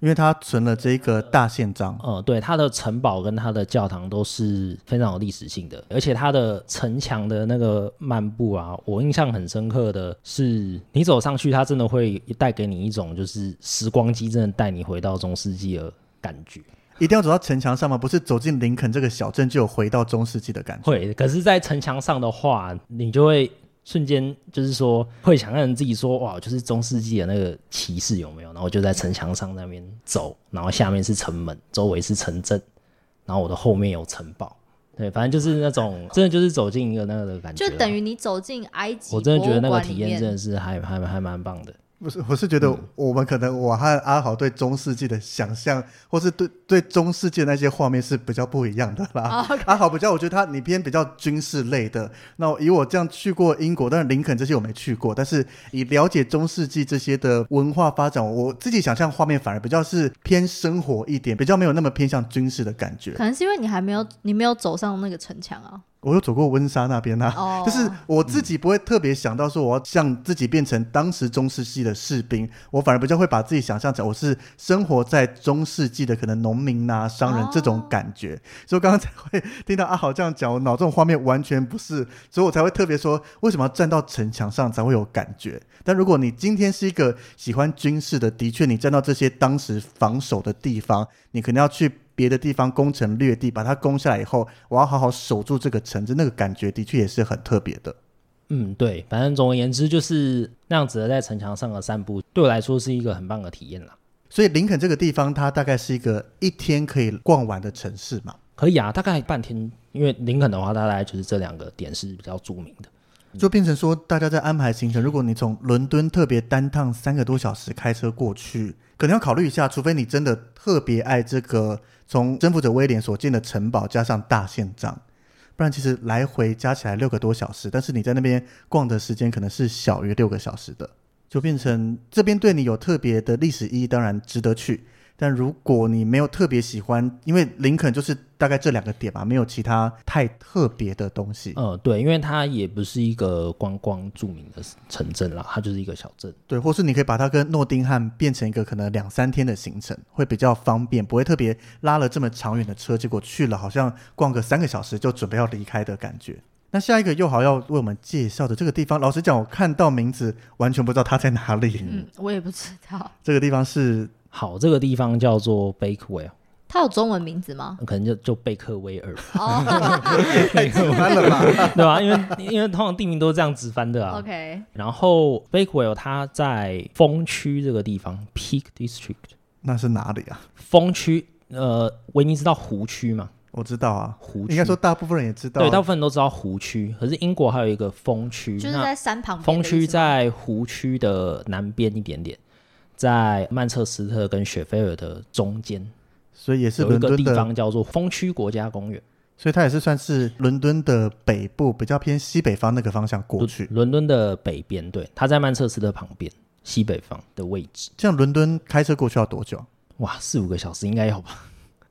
因为它存了这个大宪章。嗯，对，它的城堡跟它的教堂都是非常有历史性的，而且它的城墙的那个漫步啊，我印象很深刻的是，你走上去，它真的会带给你一种就是时光机真的带你回到中世纪的感觉。一定要走到城墙上吗？不是走进林肯这个小镇就有回到中世纪的感觉。会，可是，在城墙上的话，你就会瞬间就是说，会想让自己说，哇，就是中世纪的那个骑士有没有？然后就在城墙上那边走，然后下面是城门，周围是城镇，然后我的后面有城堡，对，反正就是那种真的就是走进一个那个的感觉就啦，等于你走进埃及 我真的觉得那博物个馆里体验真面的是还还还蛮棒的。不是，我是觉得我们可能我和阿豪对中世纪的想象，或是对对中世纪的那些画面是比较不一样的啦。阿豪比较，我觉得他你偏比较军事类的。那以我这样去过英国，但是林肯这些我没去过，但是以了解中世纪这些的文化发展，我自己想象画面反而比较是偏生活一点，比较没有那么偏向军事的感觉。可能是因为你还没有你没有走上那个城墙啊。我有走过温莎那边啊，哦就是我自己不会特别想到说我要像自己变成当时中世纪的士兵，我反而比较会把自己想象成我是生活在中世纪的可能农民啊呐、商人哦这种感觉，所以我刚刚才会听到阿豪这样讲，我脑中画面完全不是，所以我才会特别说为什么要站到城墙上才会有感觉。但如果你今天是一个喜欢军事的，的确你站到这些当时防守的地方，你可能要去别的地方攻城略地，把它攻下来以后，我要好好守住这个城镇，那个感觉的确也是很特别的。嗯，对，反正总而言之就是那样子的，在城墙上的散步，对我来说是一个很棒的体验啦。所以林肯这个地方，它大概是一个一天可以逛完的城市嘛。可以啊，大概半天，因为林肯的话，大概就是这两个点是比较著名的。就变成说，大家在安排行程，如果你从伦敦特别单趟三个多小时开车过去，可能要考虑一下，除非你真的特别爱这个从征服者威廉所建的城堡加上大宪章，不然其实来回加起来六个多小时，但是你在那边逛的时间可能是小于六个小时的，就变成这边对你有特别的历史意义，当然值得去。但如果你没有特别喜欢，因为林肯就是大概这两个点吧，没有其他太特别的东西。嗯，对，因为它也不是一个观光著名的城镇啦，它就是一个小镇。对，或是你可以把它跟诺丁汉变成一个可能两三天的行程，会比较方便，不会特别拉了这么长远的车，结果去了好像逛个三个小时就准备要离开的感觉。那下一个又好要为我们介绍的这个地方，老实讲，我看到名字完全不知道它在哪里。嗯，我也不知道，这个地方 是好，这个地方叫做贝克维尔，它有中文名字吗？可能就就贝克威尔， 哦太简单了吧？对吧、因为因为通常地名都是这样直翻的啊。 ，OK，然后贝克维尔它在风区这个地方 （Peak District）， 那是哪里啊？风区呃，威尼斯到湖区嘛，我知道啊，湖区应该说大部分人也知道。啊对，大部分人都知道湖区，可是英国还有一个风区，就是嗯那在山旁边的风意思吗区在湖区的南边一点点，在曼彻斯特跟雪菲尔的中间所以也是有一伦个敦地的，方叫做风区国家公园，所以它也是算是伦敦的北部，比较偏西北方那个方向过伦去。伦敦的北边，对，它在曼彻斯特旁边西北方的位置。这样伦敦开车过去要多久？哇，四五个小时应该有吧？哦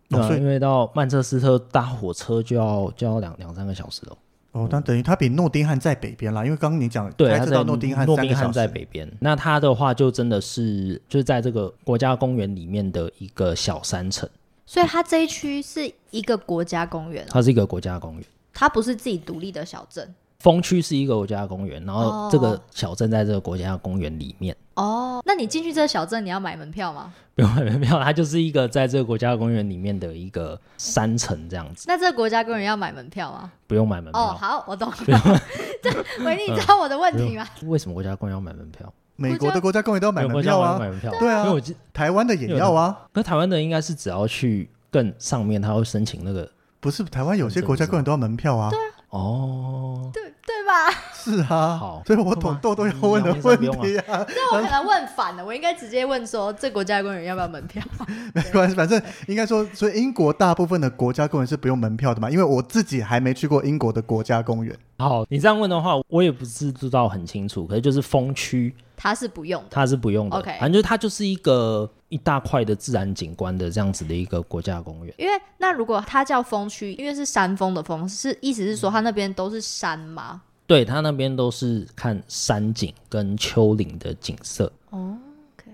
对啊所以因为到曼彻斯特搭火车就要就要两两三个小时了。哦，但等于它比诺丁汉在北边啦，因为刚刚你讲对，开它车在到诺丁汉诺三丁个小汉时，在北边。那它的话就真的是就是在这个国家公园里面的一个小山城，所以它这一区是一个国家公园，它是一个国家公园。它不是自己独立的小镇风区是一个国家公园，然后哦这个小镇在这个国家公园里面， 哦。那你进去这个小镇，你要买门票吗？不用买门票，它就是一个在这个国家公园里面的一个山城这样子，那这个国家公园要买门票吗？不用买门票。哦，好，我懂了。 这维尼，你知道我的问题吗？为什么国家公园要买门票？美国的国家公园都要买没有门国家票公园啊，买门票。对啊因为我记，台湾的也要啊，可台湾的应该是只要去更上面，他会申请那个不是台湾有些国家公园都要门票啊，哦。对对吧？是啊，好所以我捅豆豆要问的问题啊，那我可能问反了，我应该直接问说这国家公园要不要门票？ 没关系，反正应该说，所以英国大部分的国家公园是不用门票的嘛，因为我自己还没去过英国的国家公园，好，你这样问的话，我也不是知道很清楚，可是就是风区它是不用的。它是不用的 OK 反正就是它就是一个一大块的自然景观的这样子的一个国家公园。因为那如果它叫风区，因为是山峰的峰，是意思是说它那边都是山吗？对，它那边都是看山景跟丘陵的景色。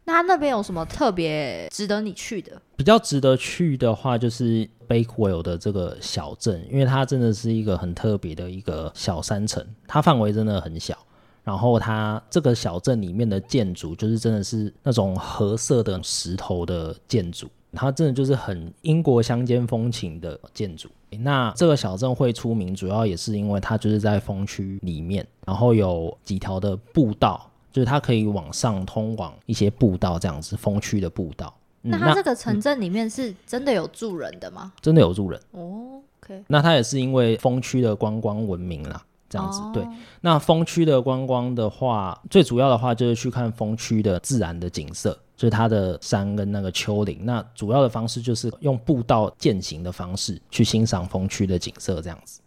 那它那边有什么特别值得你去的？比较值得去的话，就是 Bakewell 的这个小镇，因为它真的是一个很特别的一个小山城，它范围真的很小。然后它这个小镇里面的建筑，就是真的是那种褐色的石头的建筑，它真的就是很英国乡间风情的建筑。那这个小镇会出名，主要也是因为它就是在风区里面，然后有几条的步道，就是它可以往上通往一些步道这样子，风区的步道。嗯那它这个城镇里面是真的有住人的吗？真的有住人。哦，OK，那它也是因为风区的观光闻名啦，这样子、哦对。那风区的观光的话，最主要的话就是去看风区的自然的景色，就是它的山跟那个丘陵。那主要的方式就是用步道践行的方式去欣赏风区的景色，这样子。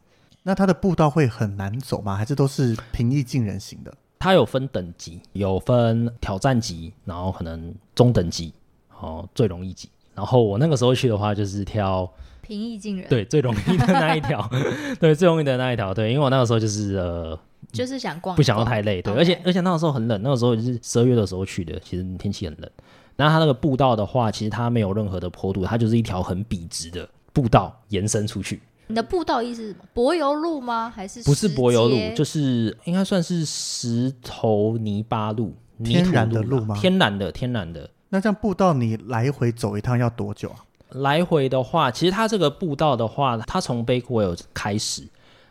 那它的步道会很难走吗？还是都是平易近人型的？它有分等级，有分挑战级，然后可能中等级，哦，最容易级。然后我那个时候去的话，就是挑平易近人，对最容易的那一条， 对最容易的那一条，对，因为我那个时候就是呃就是想逛一逛，不想要太累，对， OK 而且而且那个时候很冷，那个时候就是十二月的时候去的，其实天气很冷。那它那个步道的话，其实它没有任何的坡度，它就是一条很笔直的步道延伸出去，你的步道意思是什么？柏油路吗？还是不是柏油路石，阶就是应该算是石头泥巴路、泥天土然的路路啦吗天然的，天然的。那这样步道你来回走一趟要多久啊？来回的话，其实它这个步道的话，它从 Bakewell 开始，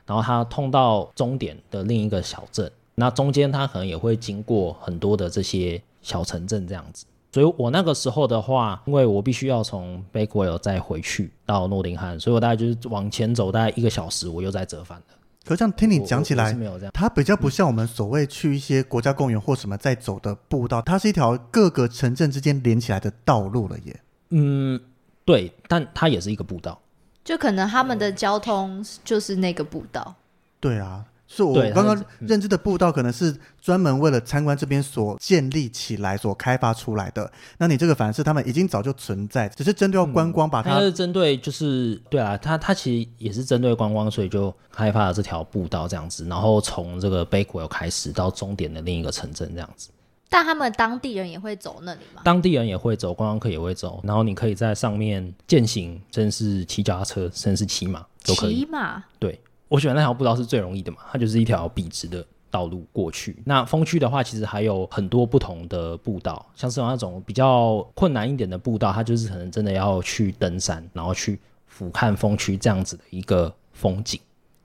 然后它通到终点的另一个小镇，那中间它可能也会经过很多的这些小城镇这样子。所以我那个时候的话，因为我必须要从 Bakewell 再回去到诺丁汉，所以我大概就是往前走大概一个小时，我又再折返了。可这样听你我讲起我我来是，没有这样。它比较不像我们所谓去一些国家公园或什么在走的步道，它是一条各个城镇之间连起来的道路了耶。嗯，对，但它也是一个步道。就可能他们的交通就是那个步道，对啊，是我对它刚是嗯刚认知的步道，可能是专门为了参观这边所建立起来、所开发出来的。那你这个反而是他们已经早就存在，只是针对要嗯观光把它它。是针对就是对啊，它它其实也是针对观光，所以就开发了这条步道这样子，然后从这个 Bakewell 开始到终点的另一个城镇这样子。但他们当地人也会走那里嘛？当地人也会走，观光客也会走，然后你可以在上面践行，甚至骑脚踏车，甚至骑马都可以。骑马，对，我喜欢那条步道是最容易的嘛，它就是一条笔直的道路过去。那风区的话，其实还有很多不同的步道，像是有那种比较困难一点的步道，它就是可能真的要去登山，然后去俯瞰风区这样子的一个风景。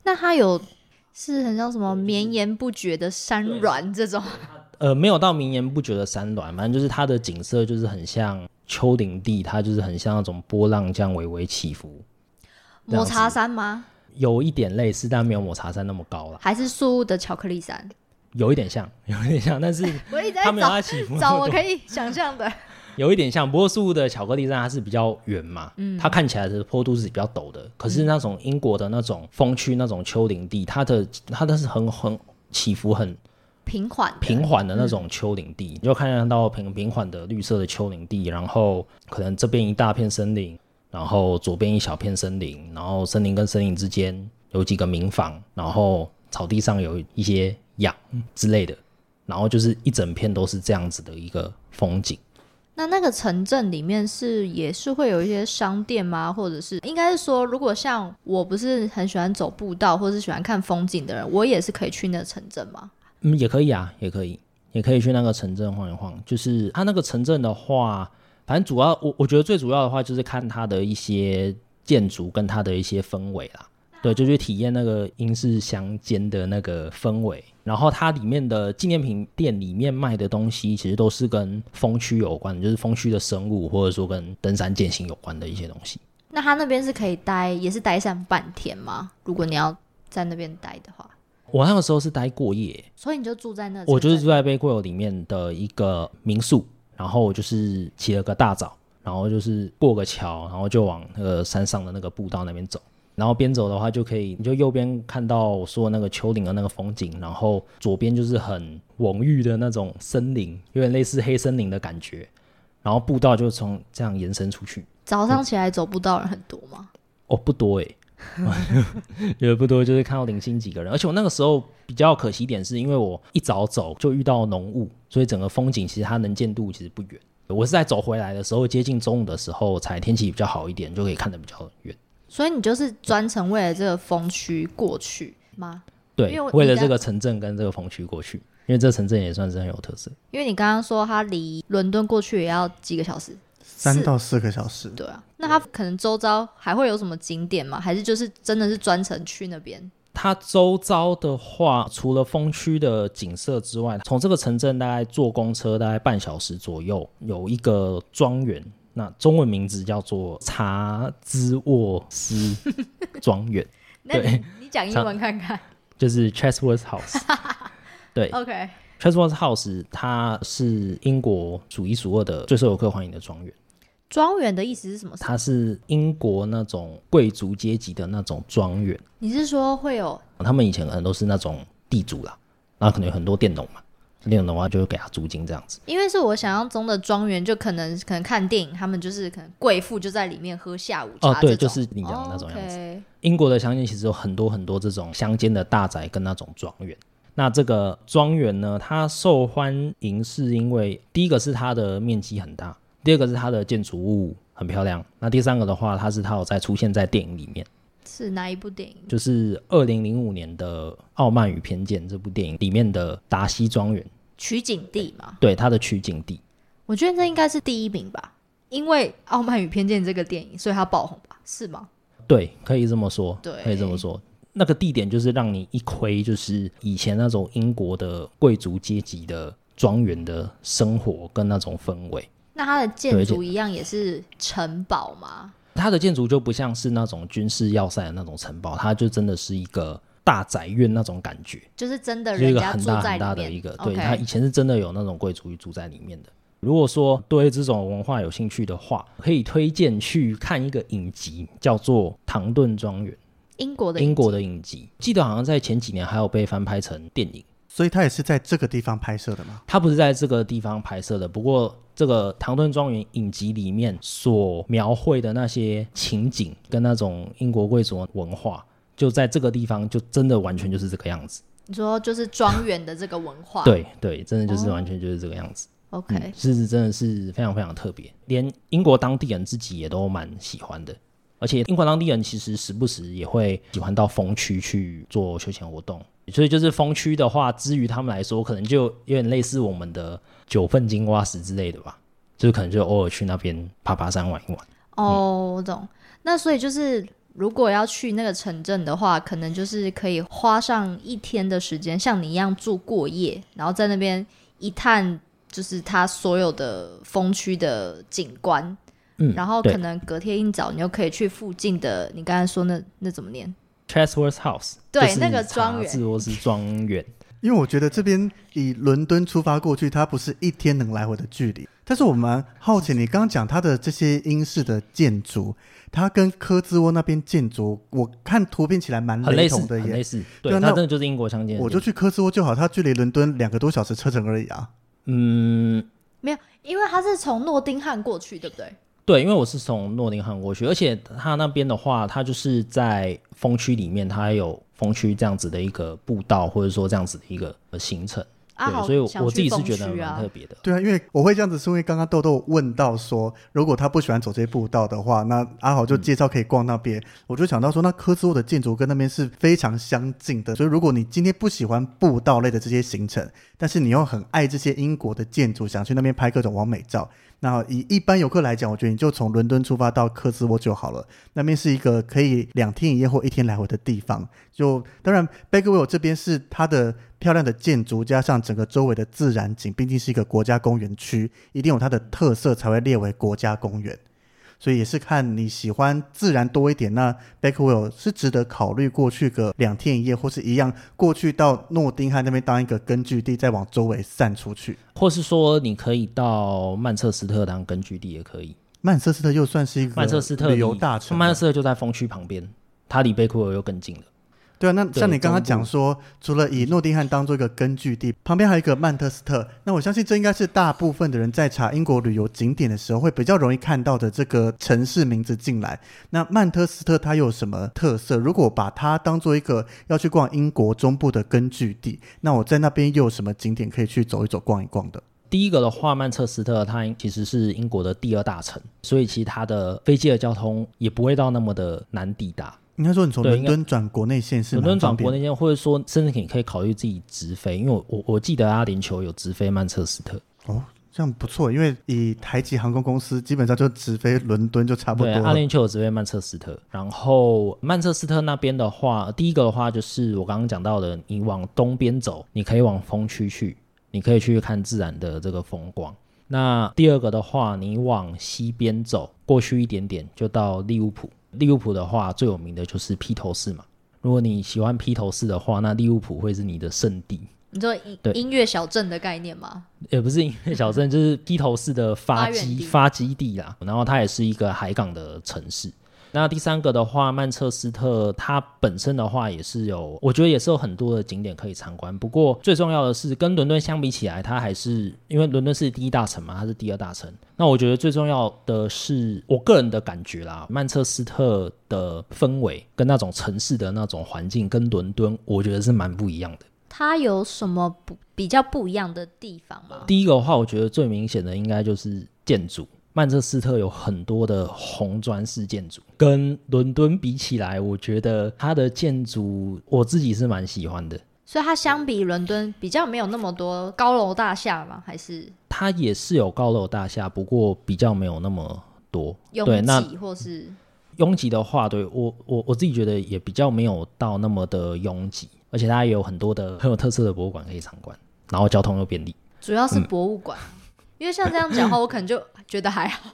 那它有是很像什么绵延不绝的山峦这种，呃，没有到绵延不绝的山峦，反正就是它的景色就是很像丘陵地，它就是很像那种波浪这样微微起伏，这样抹子茶山吗？有一点类似，但没有抹茶山那么高啦，还是树屋的巧克力山？有一点像，有一点像，但 是我一直在它没有找它起伏那么 找我多可以想象的，有一点像，不过素的巧克力站它是比较圆嘛，它看起来的坡度是比较陡的。可是那种英国的那种风区那种丘陵地，它的它的是很很起伏很 平缓的平缓的那种丘陵地，你就看得到平平缓的绿色的丘陵地，然后可能这边一大片森林，然后左边一小片森林，然后森林跟森林之间有几个民房，然后草地上有一些羊之类的，然后就是一整片都是这样子的一个风景。那那个城镇里面是也是会有一些商店吗？或者是应该是说，如果像我不是很喜欢走步道，或是喜欢看风景的人，我也是可以去那个城镇吗？嗯，也可以啊，也可以，也可以去那个城镇晃一晃。就是它那个城镇的话，反正主要我我觉得最主要的话就是看它的一些建筑跟它的一些氛围啦。对，就去体验那个英式乡间的那个氛围。然后它里面的纪念品店里面卖的东西，其实都是跟风区有关的，就是风区的生物，或者说跟登山健行有关的一些东西。那他那边是可以待，也是待上半天吗？如果你要在那边待的话，我那个时候是待过夜、所以你就住在那个城镇，我就是住在 b a k e w e l 里面的一个民宿，然后我就是起了个大早，然后就是过个桥，然后就往那个山上的那个步道那边走。然后边走的话，就可以你就右边看到我说的那个丘陵的那个风景，然后左边就是很蓊郁的那种森林，有点类似黑森林的感觉。然后步道就从这样延伸出去，早上起来走步道的人很多吗？哦，不多诶， 也不多，就是看到零星几个人。而且我那个时候比较可惜一点，是因为我一早走就遇到浓雾，所以整个风景其实它能见度其实不远。我是在走回来的时候，接近中午的时候才天气比较好一点，就可以看得比较远。所以你就是专程为了这个风区过去吗？因对为我，为你了在这个城镇跟这个风区过去，因为这城镇也算是很有特色。因为你刚刚说他离伦敦过去也要几个小时，三四到四个小时，对啊，那他可能周遭还会有什么景点吗？还是就是真的是专程去那边？它周遭的话，除了风区的景色之外，从这个城镇大概坐公车大概半小时左右，有一个庄园，那中文名字叫做查兹沃斯 庄园，那你对你讲英文看看。就是 Chatsworth House。对 OK， ，Chatsworth House 它是英国数一数二的最受游客欢迎的庄园，庄园的意思是什么？它是英国那种贵族阶级的那种庄园，你是说会有他们以前可能都是那种地主啦，那可能有很多佃农嘛，佃农的话就会给他租金这样子。因为是我想象中的庄园，就可能可能看电影，他们就是可能贵妇就在里面喝下午茶哦，对，这就种是你讲的那种样子。 OK 英国的乡间其实有很多很多这种乡间的大宅跟那种庄园。那这个庄园呢，它受欢迎是因为第一个是它的面积很大，第二个是它的建筑物很漂亮，那第三个的话，它是它有在出现在电影里面，是哪一部电影？就是二零零五年的《傲慢与偏见》这部电影里面的达西庄园，取景地嘛？对它的取景地。我觉得这应该是第一名吧，因为《傲慢与偏见》这个电影，所以它爆红吧？是吗？对，可以这么说，对可以这么说。那个地点就是让你一窥，就是以前那种英国的贵族阶级的庄园的生活跟那种氛围。那它的建对筑建一样也是城堡吗？它的建筑就不像是那种军事要塞的那种城堡，它就真的是一个大宅院那种感觉，就是真的是一呃人个家很住大在很大里的面。一个。对，它 OK，以前是真的有那种贵族住在里面的。如果说对这种文化有兴趣的话，可以推荐去看一个影集，叫做《唐顿庄园英国》，的英国的的影集。记得好像在前几年还有被翻拍成电影。所以他也是在这个地方拍摄的嘛。它不是在这个地方拍摄的，不过这个《唐顿庄园》影集里面所描绘的那些情景跟那种英国贵族文化，就在这个地方就真的完全就是这个样子。你说就是庄园的这个文化，对对，真的就是完全就是这个样子。 ，OK，、嗯，是真的是非常非常特别，连英国当地人自己也都蛮喜欢的。而且英国当地人其实时不时也会喜欢到风区去做休闲活动，所以就是风区的话，之于他们来说，可能就有点类似我们的九份金瓜石之类的吧，就是可能就偶尔去那边爬爬山玩一玩。哦，我懂。那所以就是，如果要去那个城镇的话，可能就是可以花上一天的时间，像你一样住过夜，然后在那边一探，就是它所有的风区的景观。嗯，然后对可能隔天一早，你又可以去附近的，你刚才说那那怎么念？ Chatsworth House，对就是那个庄园查治沃斯庄园，因为我觉得这边以伦敦出发过去，它不是一天能来回的距离。但是我蛮好奇，你刚刚讲它的这些英式的建筑，它跟科兹沃那边建筑，我看图片起来蛮很类雷似，同的很类耶。似，对对，啊它那真的就是英国乡间的我地就方。去科兹沃就好，它距离伦敦两个多小时车程而已啊。嗯，没有，因为它是从诺丁汉过去，对不对？对，因为我是从诺丁汉过去，而且它那边的话，它就是在风区里面，它有风区这样子的一个步道，或者说这样子的一个呃行程。啊，好对，所以想我我自去己是风觉得区蛮啊特别的。对啊，因为我会这样子，是因为刚刚豆豆问到说，如果他不喜欢走这些步道的话，那阿豪就介绍可以逛那边。我就想到说，那科兹沃的建筑跟那边是非常相近的，所以如果你今天不喜欢步道类的这些行程，但是你又很爱这些英国的建筑，想去那边拍各种完美照，那以一般游客来讲，我觉得你就从伦敦出发到科兹沃就好了。那边是一个可以两天一夜或一天来回的地方。就当然 b a g w e l l 这边是它的漂亮的建筑，加上整个周围的自然景，毕竟是一个国家公园区，一定有它的特色才会列为国家公园。所以也是看你喜欢自然多一点，那 b a c k w e l l 是值得考虑过去个两天一夜，或是一样过去到诺丁汉那边当一个根据地，再往周围散出去。或是说，你可以到曼彻斯特当根据地也可以。曼彻斯特又算是一个曼彻斯特旅游离大城了，啊曼彻斯特就在风区旁边，它离贝库尔又更近了。对啊，那对像你刚刚中部嗯讲说，除了以诺丁汉当做一个根据地，旁边还有一个曼彻斯特，那我相信这应该是大部分的人在查英国旅游景点的时候会比较容易看到的这个城市名字进来。那曼彻斯特它有什么特色？如果把它当做一个要去逛英国中部的根据地，那我在那边又有什么景点可以去走一走、逛一逛的？第一个的话，曼彻斯特它其实是英国的第二大城，所以其实它的飞机的交通也不会到那么的难抵达。应该说，你从对伦敦转国内线是伦敦蛮转方国便内的。线，或者说甚至你可以考虑自己直飞，因为我我我记得阿联酋有直飞曼彻斯特，哦，这样不错，因为以台籍航空公司基本上就直飞伦敦就差不多对，啊阿了。联酋有直飞曼彻斯特。然后曼彻斯特那边的话，第一个的话就是我刚刚讲到的，你往东边走，你可以往风区去，你可以去看自然的这个风光。那第二个的话，你往西边走，过去一点点就到利物浦。利物浦的话，最有名的就是披头士嘛。如果你喜欢披头士的话，那利物浦会是你的圣地。你说音对音乐小镇的概念吗？也不是音乐小镇，就是披头士的发发源地基发基地啦。然后它也是一个海港的城市。那第三个的话，曼彻斯特它本身的话也是有，我觉得也是有很多的景点可以参观。不过最重要的是，跟伦敦相比起来，它还是因为伦敦是第一大城嘛，它是第二大城。那我觉得最重要的是，我个人的感觉啦，曼彻斯特的氛围跟那种城市的那种环境，跟伦敦我觉得是蛮不一样的。它有什么不比较不一样的地方吗？第一个的话，我觉得最明显的应该就是建筑。曼彻斯特有很多的红砖式建筑，跟伦敦比起来，我觉得它的建筑我自己是蛮喜欢的。所以它相比伦敦比较没有那么多高楼大厦吗？还是它也是有高楼大厦，不过比较没有那么多。拥对，那挤或是拥挤的话，对我我我自己觉得也比较没有到那么的拥挤，而且它也有很多的很有特色的博物馆可以参观，然后交通又便利。主要是博物馆？因为像这样讲话，我可能就觉得还好，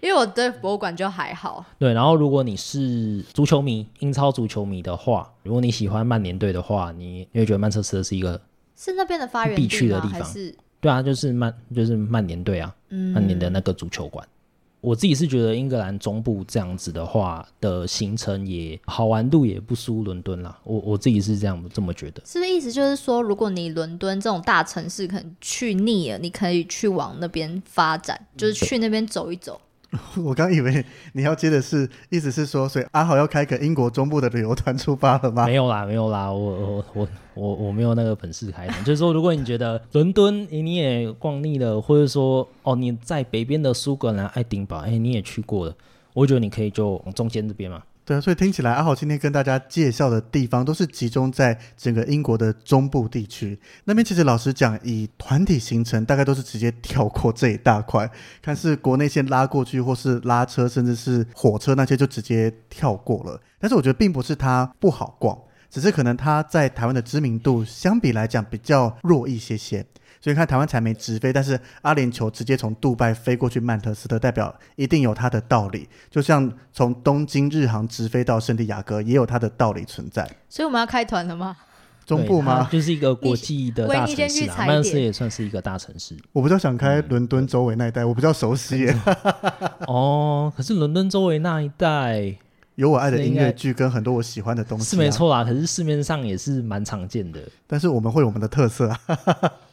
因为我对博物馆就还好。对，然后如果你是足球迷，英超足球迷的话，如果你喜欢曼联队的话，你你会觉得曼彻斯特是一个是那边的发源必去的吗？地还方是嗯对啊，就是曼就是曼联队啊，曼联的那个足球馆。我自己是觉得英格兰中部这样子的话的行程也好玩度也不输伦敦啦，我我自己是这样这么觉得。是不是意思就是说，如果你伦敦这种大城市可能去腻了，你可以去往那边发展，嗯就是去那边走一走。 我刚以为你要接的是，意思是说，所以阿豪要开个英国中部的旅游团出发了吗？没有啦，没有啦，我我我我我没有那个本事开团。 就是说，如果你觉得伦敦诶你也逛腻了，或者说哦你在北边的苏格兰爱丁堡，哎你也去过了，我觉得你可以就往中间这边嘛。对啊，所以听起来阿豪今天跟大家介绍的地方都是集中在整个英国的中部地区。那边其实老实讲，以团体行程大概都是直接跳过这一大块，看是国内线拉过去，或是拉车，甚至是火车那些就直接跳过了。但是我觉得并不是它不好逛，只是可能它在台湾的知名度相比来讲比较弱一些些。所以看台湾才没直飞，但是阿联酋直接从杜拜飞过去曼彻斯特，代表一定有它的道理。就像从东京日航直飞到圣地亚哥，也有它的道理存在。所以我们要开团了 吗？中部对吗它？就是一个国际的大城你先市去啦，踩曼彻斯特点也算是一个大城市我比较想开伦敦周围那一带，我比较熟悉嗯耶，哦。可是伦敦周围那一带有我爱的是音应该乐剧跟很多我喜欢的东西、啊是没。错啦，可是市面上也是蛮常见的但是我们会有我们的特色啊，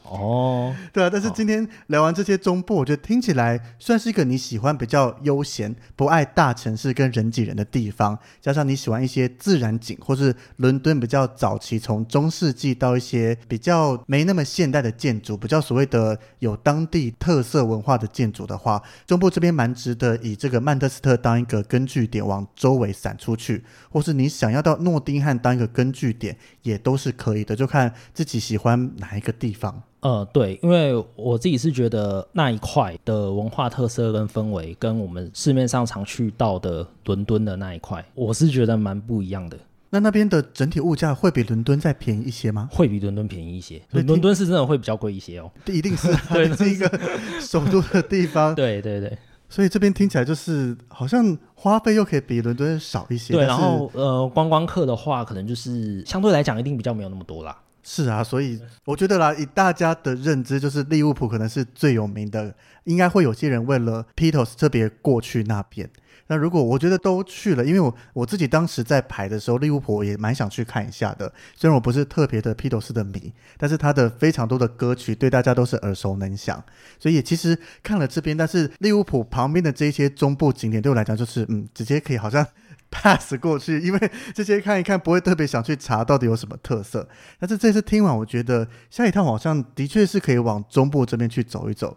哦。对啊。但是今天聊完这些中部，我觉得听起来算是一个你喜欢比较悠闲、不爱大城市跟人挤人的地方，加上你喜欢一些自然景，或是伦敦比较早期从中世纪到一些比较没那么现代的建筑，比较所谓的有当地特色文化的建筑的话，中部这边蛮值得以这个曼彻斯特当一个根据点往周围散出去，或是你想要到诺丁汉当一个根据点，也都是可以的，就看自己喜欢哪一个地方。呃，对，因为我自己是觉得那一块的文化特色跟氛围，跟我们市面上常去到的伦敦的那一块，我是觉得蛮不一样的，那那边的整体物价会比伦敦再便宜一些吗？会比伦敦便宜一些。所以伦听伦敦是真的会比较贵一些哦。一定 是、啊，对，是一个首都的地方，对对对所以这边听起来就是好像花费又可以比伦敦少一些。对，但是然后呃，观光客的话，可能就是相对来讲一定比较没有那么多啦。是啊，所以我觉得啦，以大家的认知，就是利物浦可能是最有名的，应该会有些人为了 Beatles 特别过去那边。那如果我觉得都去了，因为我我自己当时在排的时候，利物浦我也蛮想去看一下的。虽然我不是特别的披头士的迷，但是他的非常多的歌曲对大家都是耳熟能详，所以也其实看了这边，但是利物浦旁边的这些中部景点对我来讲就是嗯，直接可以好像 pass 过去，因为这些看一看不会特别想去查到底有什么特色。但是这次听完，我觉得下一趟好像的确是可以往中部这边去走一走，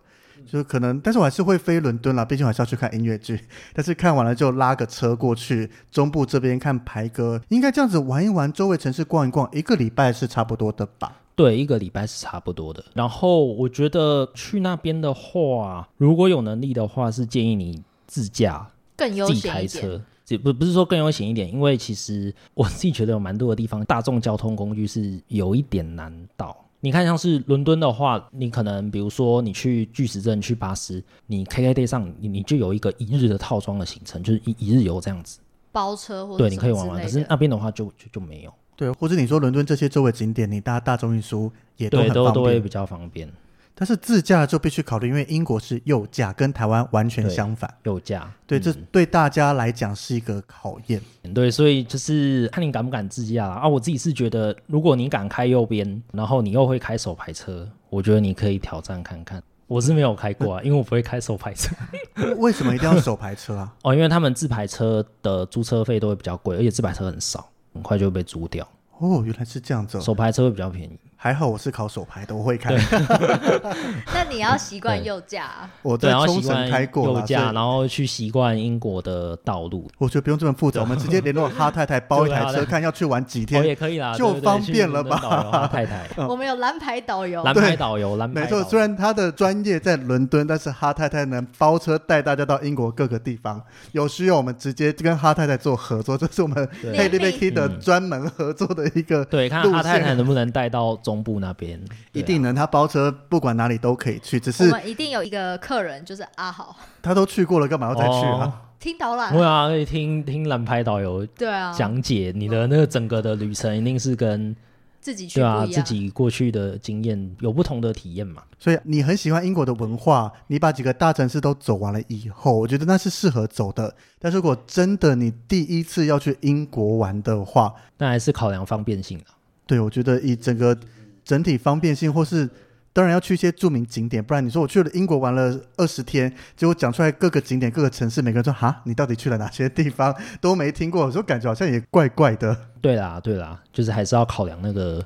就是可能，但是我还是会飞伦敦啦，毕竟我还是要去看音乐剧。 但是看完了就拉个车过去中部这边看排歌，应该这样子玩一玩，周围城市逛一逛，一个礼拜是差不多的吧？对，一个礼拜是差不多的。然后我觉得去那边的话，如果有能力的话，是建议你自驾更悠自己闲开一点，车，这不不是说更悠闲一点，因为其实 我自己觉得有蛮多的地方，大众交通工具是有一点难到。你看，像是伦敦的话，你可能比如说你去巨石阵、去巴斯，你 KKday 上你你就有一个一日的套装的行程，就是一一日游这样子。包车或者对，什你么可以玩玩。之可类是 的那边的话就就就没有，对，或者你说伦敦这些周围景点，你搭大众运输也都对，很都都方会便比。较方便，但是自驾就必须考虑，因为英国是右驾，跟台湾完全对相反。有嗯价。对，这对大家来讲是一个考验。对，所以就是看你敢不敢自驾啦。啊，我自己是觉得，如果你敢开右边，然后你又会开手排车，我觉得你可以挑战看看。我是没有开过啊，因为我不会开手排车 为什么一定要手排车啊？哦，因为他们自排车的租车费都会比较贵，而且自排车很少，很快就会被租掉。哦，原来是这样子、哦。手排车会比较便宜。还好我是考手牌的，我会开。那你要习惯对右驾啊、 我在对，然后习冲绳惯开过右了，所以驾，然后去习惯英国的道路，我觉得不用这么复杂，我们直接联络哈太太包一台 对车，啊看要去玩几哦天。也可以啦，就对对对方去便了伦吧敦导 游啊太太，我们有蓝牌导游，蓝牌导游，蓝牌没导错，游虽然他的专业在伦敦，但是哈太太能包车带大家到英国各个地方。有需要我们直接跟哈太太做合作，这是我们对黑 i 贝 k 嗯的专门合作的一个对，看啊路哈太线太能不能带到中中部那边，对一啊定能，他包车不管哪里都可以去，只我是们一定有一个客人就是阿豪，他都去过了，干嘛要再去哦啊？听导览对，啊，可以听听蓝牌导游对啊，讲解你的那个整个的旅程，一定是跟自己嗯去对不啊一自样。己过去的经验有不同的体验嘛。所以你很喜欢英国的文化，你把几个大城市都走完了以后，我觉得那是适合走的。但是如果真的你第一次要去英国玩的话，那还是考量方便性啊。对我觉得以整个整体方便性，或是当然要去一些著名景点，不然你说我去了英国玩了二十天，结果讲出来各个景点、各个城市，每个人说哈，你到底去了哪些地方 都没听过，有时候感觉好像也怪怪的。对啦，对啦，就是还是要考量那个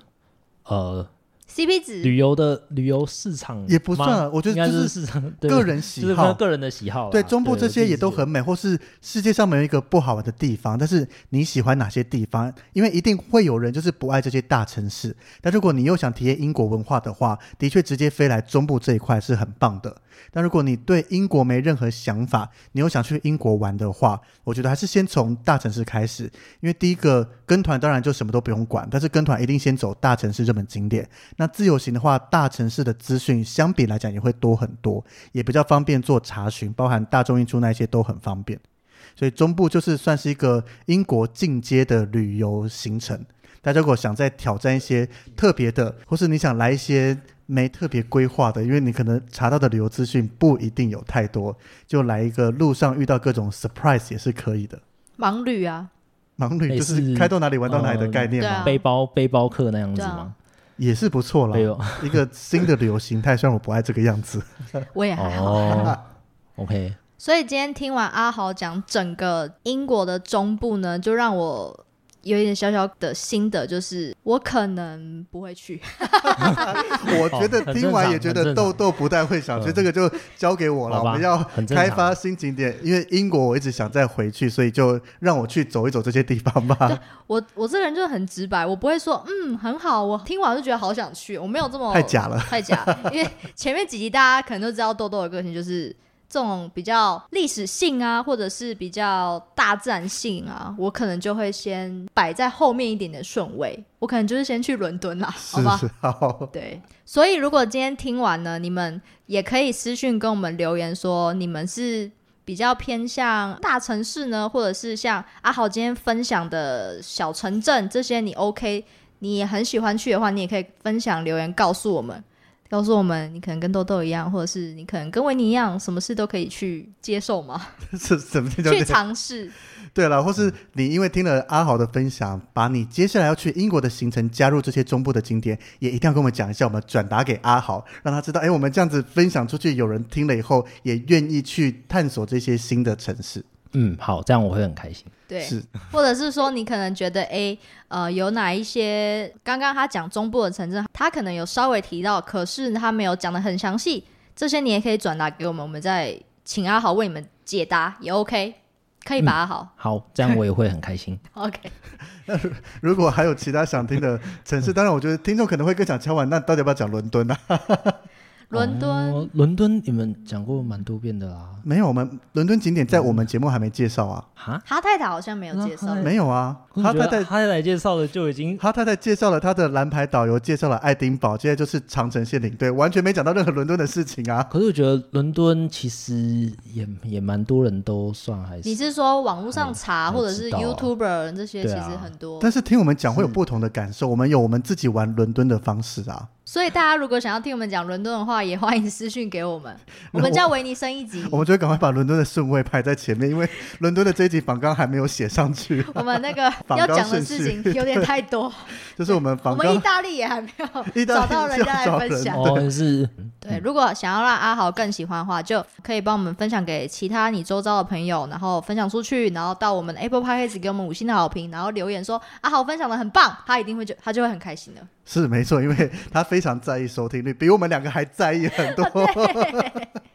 呃 CP 值旅游的旅游市场也不吗算啊我觉得应该就是市场 对个人就喜是看好，个人的喜好啦。对中部这些也都我自己很美，或是世界上没有一个不好玩的地方。但是你喜欢哪些地方？因为一定会有人就是不爱这些大城市。但如果你又想体验英国文化的话，的确直接飞来中部这一块是很棒的。但如果你对英国没任何想法，你又想去英国玩的话，我觉得还是先从大城市开始，因为第一个跟团当然就什么都不用管，但是跟团一定先走大城市热门景点。那自由行的话，大城市的资讯相比来讲也会多很多，也比较方便做查询，包含大众运输那些都很方便。所以中部就是算是一个英国进阶的旅游行程。大家如果想再挑战一些特别的，或是你想来一些没特别规划的，因为你可能查到的旅游资讯不一定有太多，就来一个路上遇到各种 surprise 也是可以的。盲旅啊，盲旅就类是似嗯开到哪里玩到哪里的概念对嘛，啊背包背包客那样子哦对啊吗？也是不错啦 背。包一个新的旅游形态，虽然我不爱这个样子。我也还好。哦，OK，所以今天听完阿豪讲整个英国的中部呢，就让我有一点小小的心得，就是我可能不会去。 哦我觉得听完也觉得豆豆不太会想去，嗯这个就交给我了。好我吧们要很正常开发新景点，因为英国我一直想再回去，所以就让我去走一走这些地方 吧。我我这个人就是很直白，我不会说嗯很好，我听完我就觉得好想去，我没有这么太假了，太 假。因为前面几集大家可能都知道豆豆的个性就是这种比较历史性啊，或者是比较大自然性啊，我可能就会先摆在后面一点的顺位，我可能就是先去伦敦啦，是好吧？是好，对，所以如果今天听完呢，你们也可以私讯跟我们留言说，你们是比较偏向大城市呢，或者是像阿豪今天分享的小城镇这些，你 OK，你也很喜欢去的话，你也可以分享留言告诉我们。告诉我们，你可能跟豆豆一样，或者是你可能跟维尼一样，什么事都可以去接受嘛，是什么叫去尝试。对了，或嗯是你因为听了阿豪的分享，把你接下来要去英国的行程加入这些中部的景点，也一定要跟我们讲一下，我们转达给阿豪，让他知道，哎，我们这样子分享出去，有人听了以后也愿意去探索这些新的城市。嗯，好，这样我会很开心。对，是或者是说你可能觉得，诶，呃，有哪一些刚刚他讲中部的城镇，他可能有稍微提到，可是他没有讲的很详细，这些你也可以转达给我们，我们再请阿豪为你们解答也 OK，可以吧？阿豪、好，这样我也会很开心。 OK，如果还有其他想听的城市，当然我觉得听众可能会更想敲碗，那到底要不要讲伦敦啊呢、伦敦、哦伦敦，你们讲过蛮多遍的啊啦。没有，我们伦敦景点在我们节目还没介绍啊，哈，哈太太好像没有介绍，嗯没有啊。哈太太，他来介绍的就已经哈太太介绍了他的蓝牌导游，介绍了爱丁堡，接下来就是长城县领队，完全没讲到任何伦敦的事情啊。可是我觉得伦敦其实也也蛮多人都算还你是是说网络上查嗯或者是知道啊 YouTuber 这些，其实对啊很多。但是听我们讲会有不同的感受，我们有我们自己玩伦敦的方式啊。所以大家如果想要听我们讲伦敦的话，也欢迎私讯给我们，那我们我叫维尼升一级。我们就会赶快把伦敦的顺位排在前面，因为伦敦的这一集访纲还没有写上 去，我们那个反要高讲的顺事序情有点太多，就是我们我访们意纲大利也还没意有大找利到人家来分享。哦是对，如果想要让阿豪更喜欢的话，就可以帮我们分享给其他你周遭的朋友，然后分享出去，然后到我们的 Apple Podcast 给我们五星的好评，然后留言说阿豪分享的很棒，他一定会就他就会很开心的。是没错，因为他非常在意收听率，比我们两个还在意很多。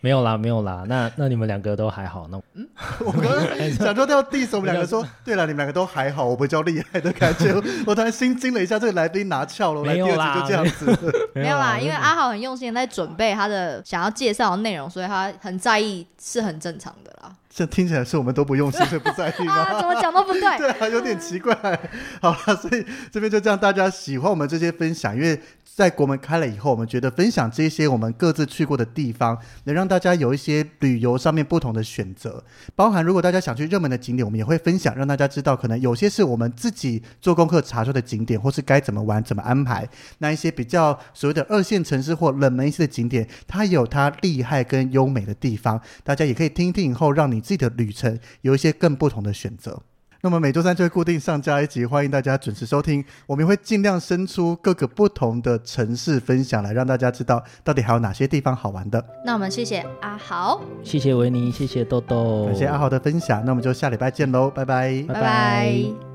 没有啦没有啦。那那你们两个都还好，那 我刚刚想说要 diss 我们两个说，对了，你们两个都还好，我比较厉害的感 觉。我突然心惊了一下，这个来宾拿翘了，我来没第二有集啦就这样子。没有啊啦，因为阿豪很用心的在准备他的想要介绍的内容，所以他很在意是很正常的啦。这听起来是我们都不用心，所以不在意吗？啊，怎么讲都不对。 对啊，有点奇怪。好了，所以这边就这样，大家喜欢我们这些分享，因为在国门开了以后，我们觉得分享这些我们各自去过的地方，能让大家有一些旅游上面不同的选择。包含如果大家想去热门的景点，我们也会分享，让大家知道可能有些是我们自己做功课查出的景点，或是该怎么玩、怎么安排。那一些比较所谓的二线城市或冷门一些的景点，它也有它厉害跟优美的地方，大家也可以听听以后，让你自己的旅程有一些更不同的选择。那么每周三就会固定上架一集，欢迎大家准时收听。我们也会尽量生出各个不同的城市分享，来让大家知道到底还有哪些地方好玩的。那我们谢谢阿豪，谢谢维尼，谢谢豆豆，感谢阿豪的分享，那我们就下礼拜见喽，拜拜拜拜拜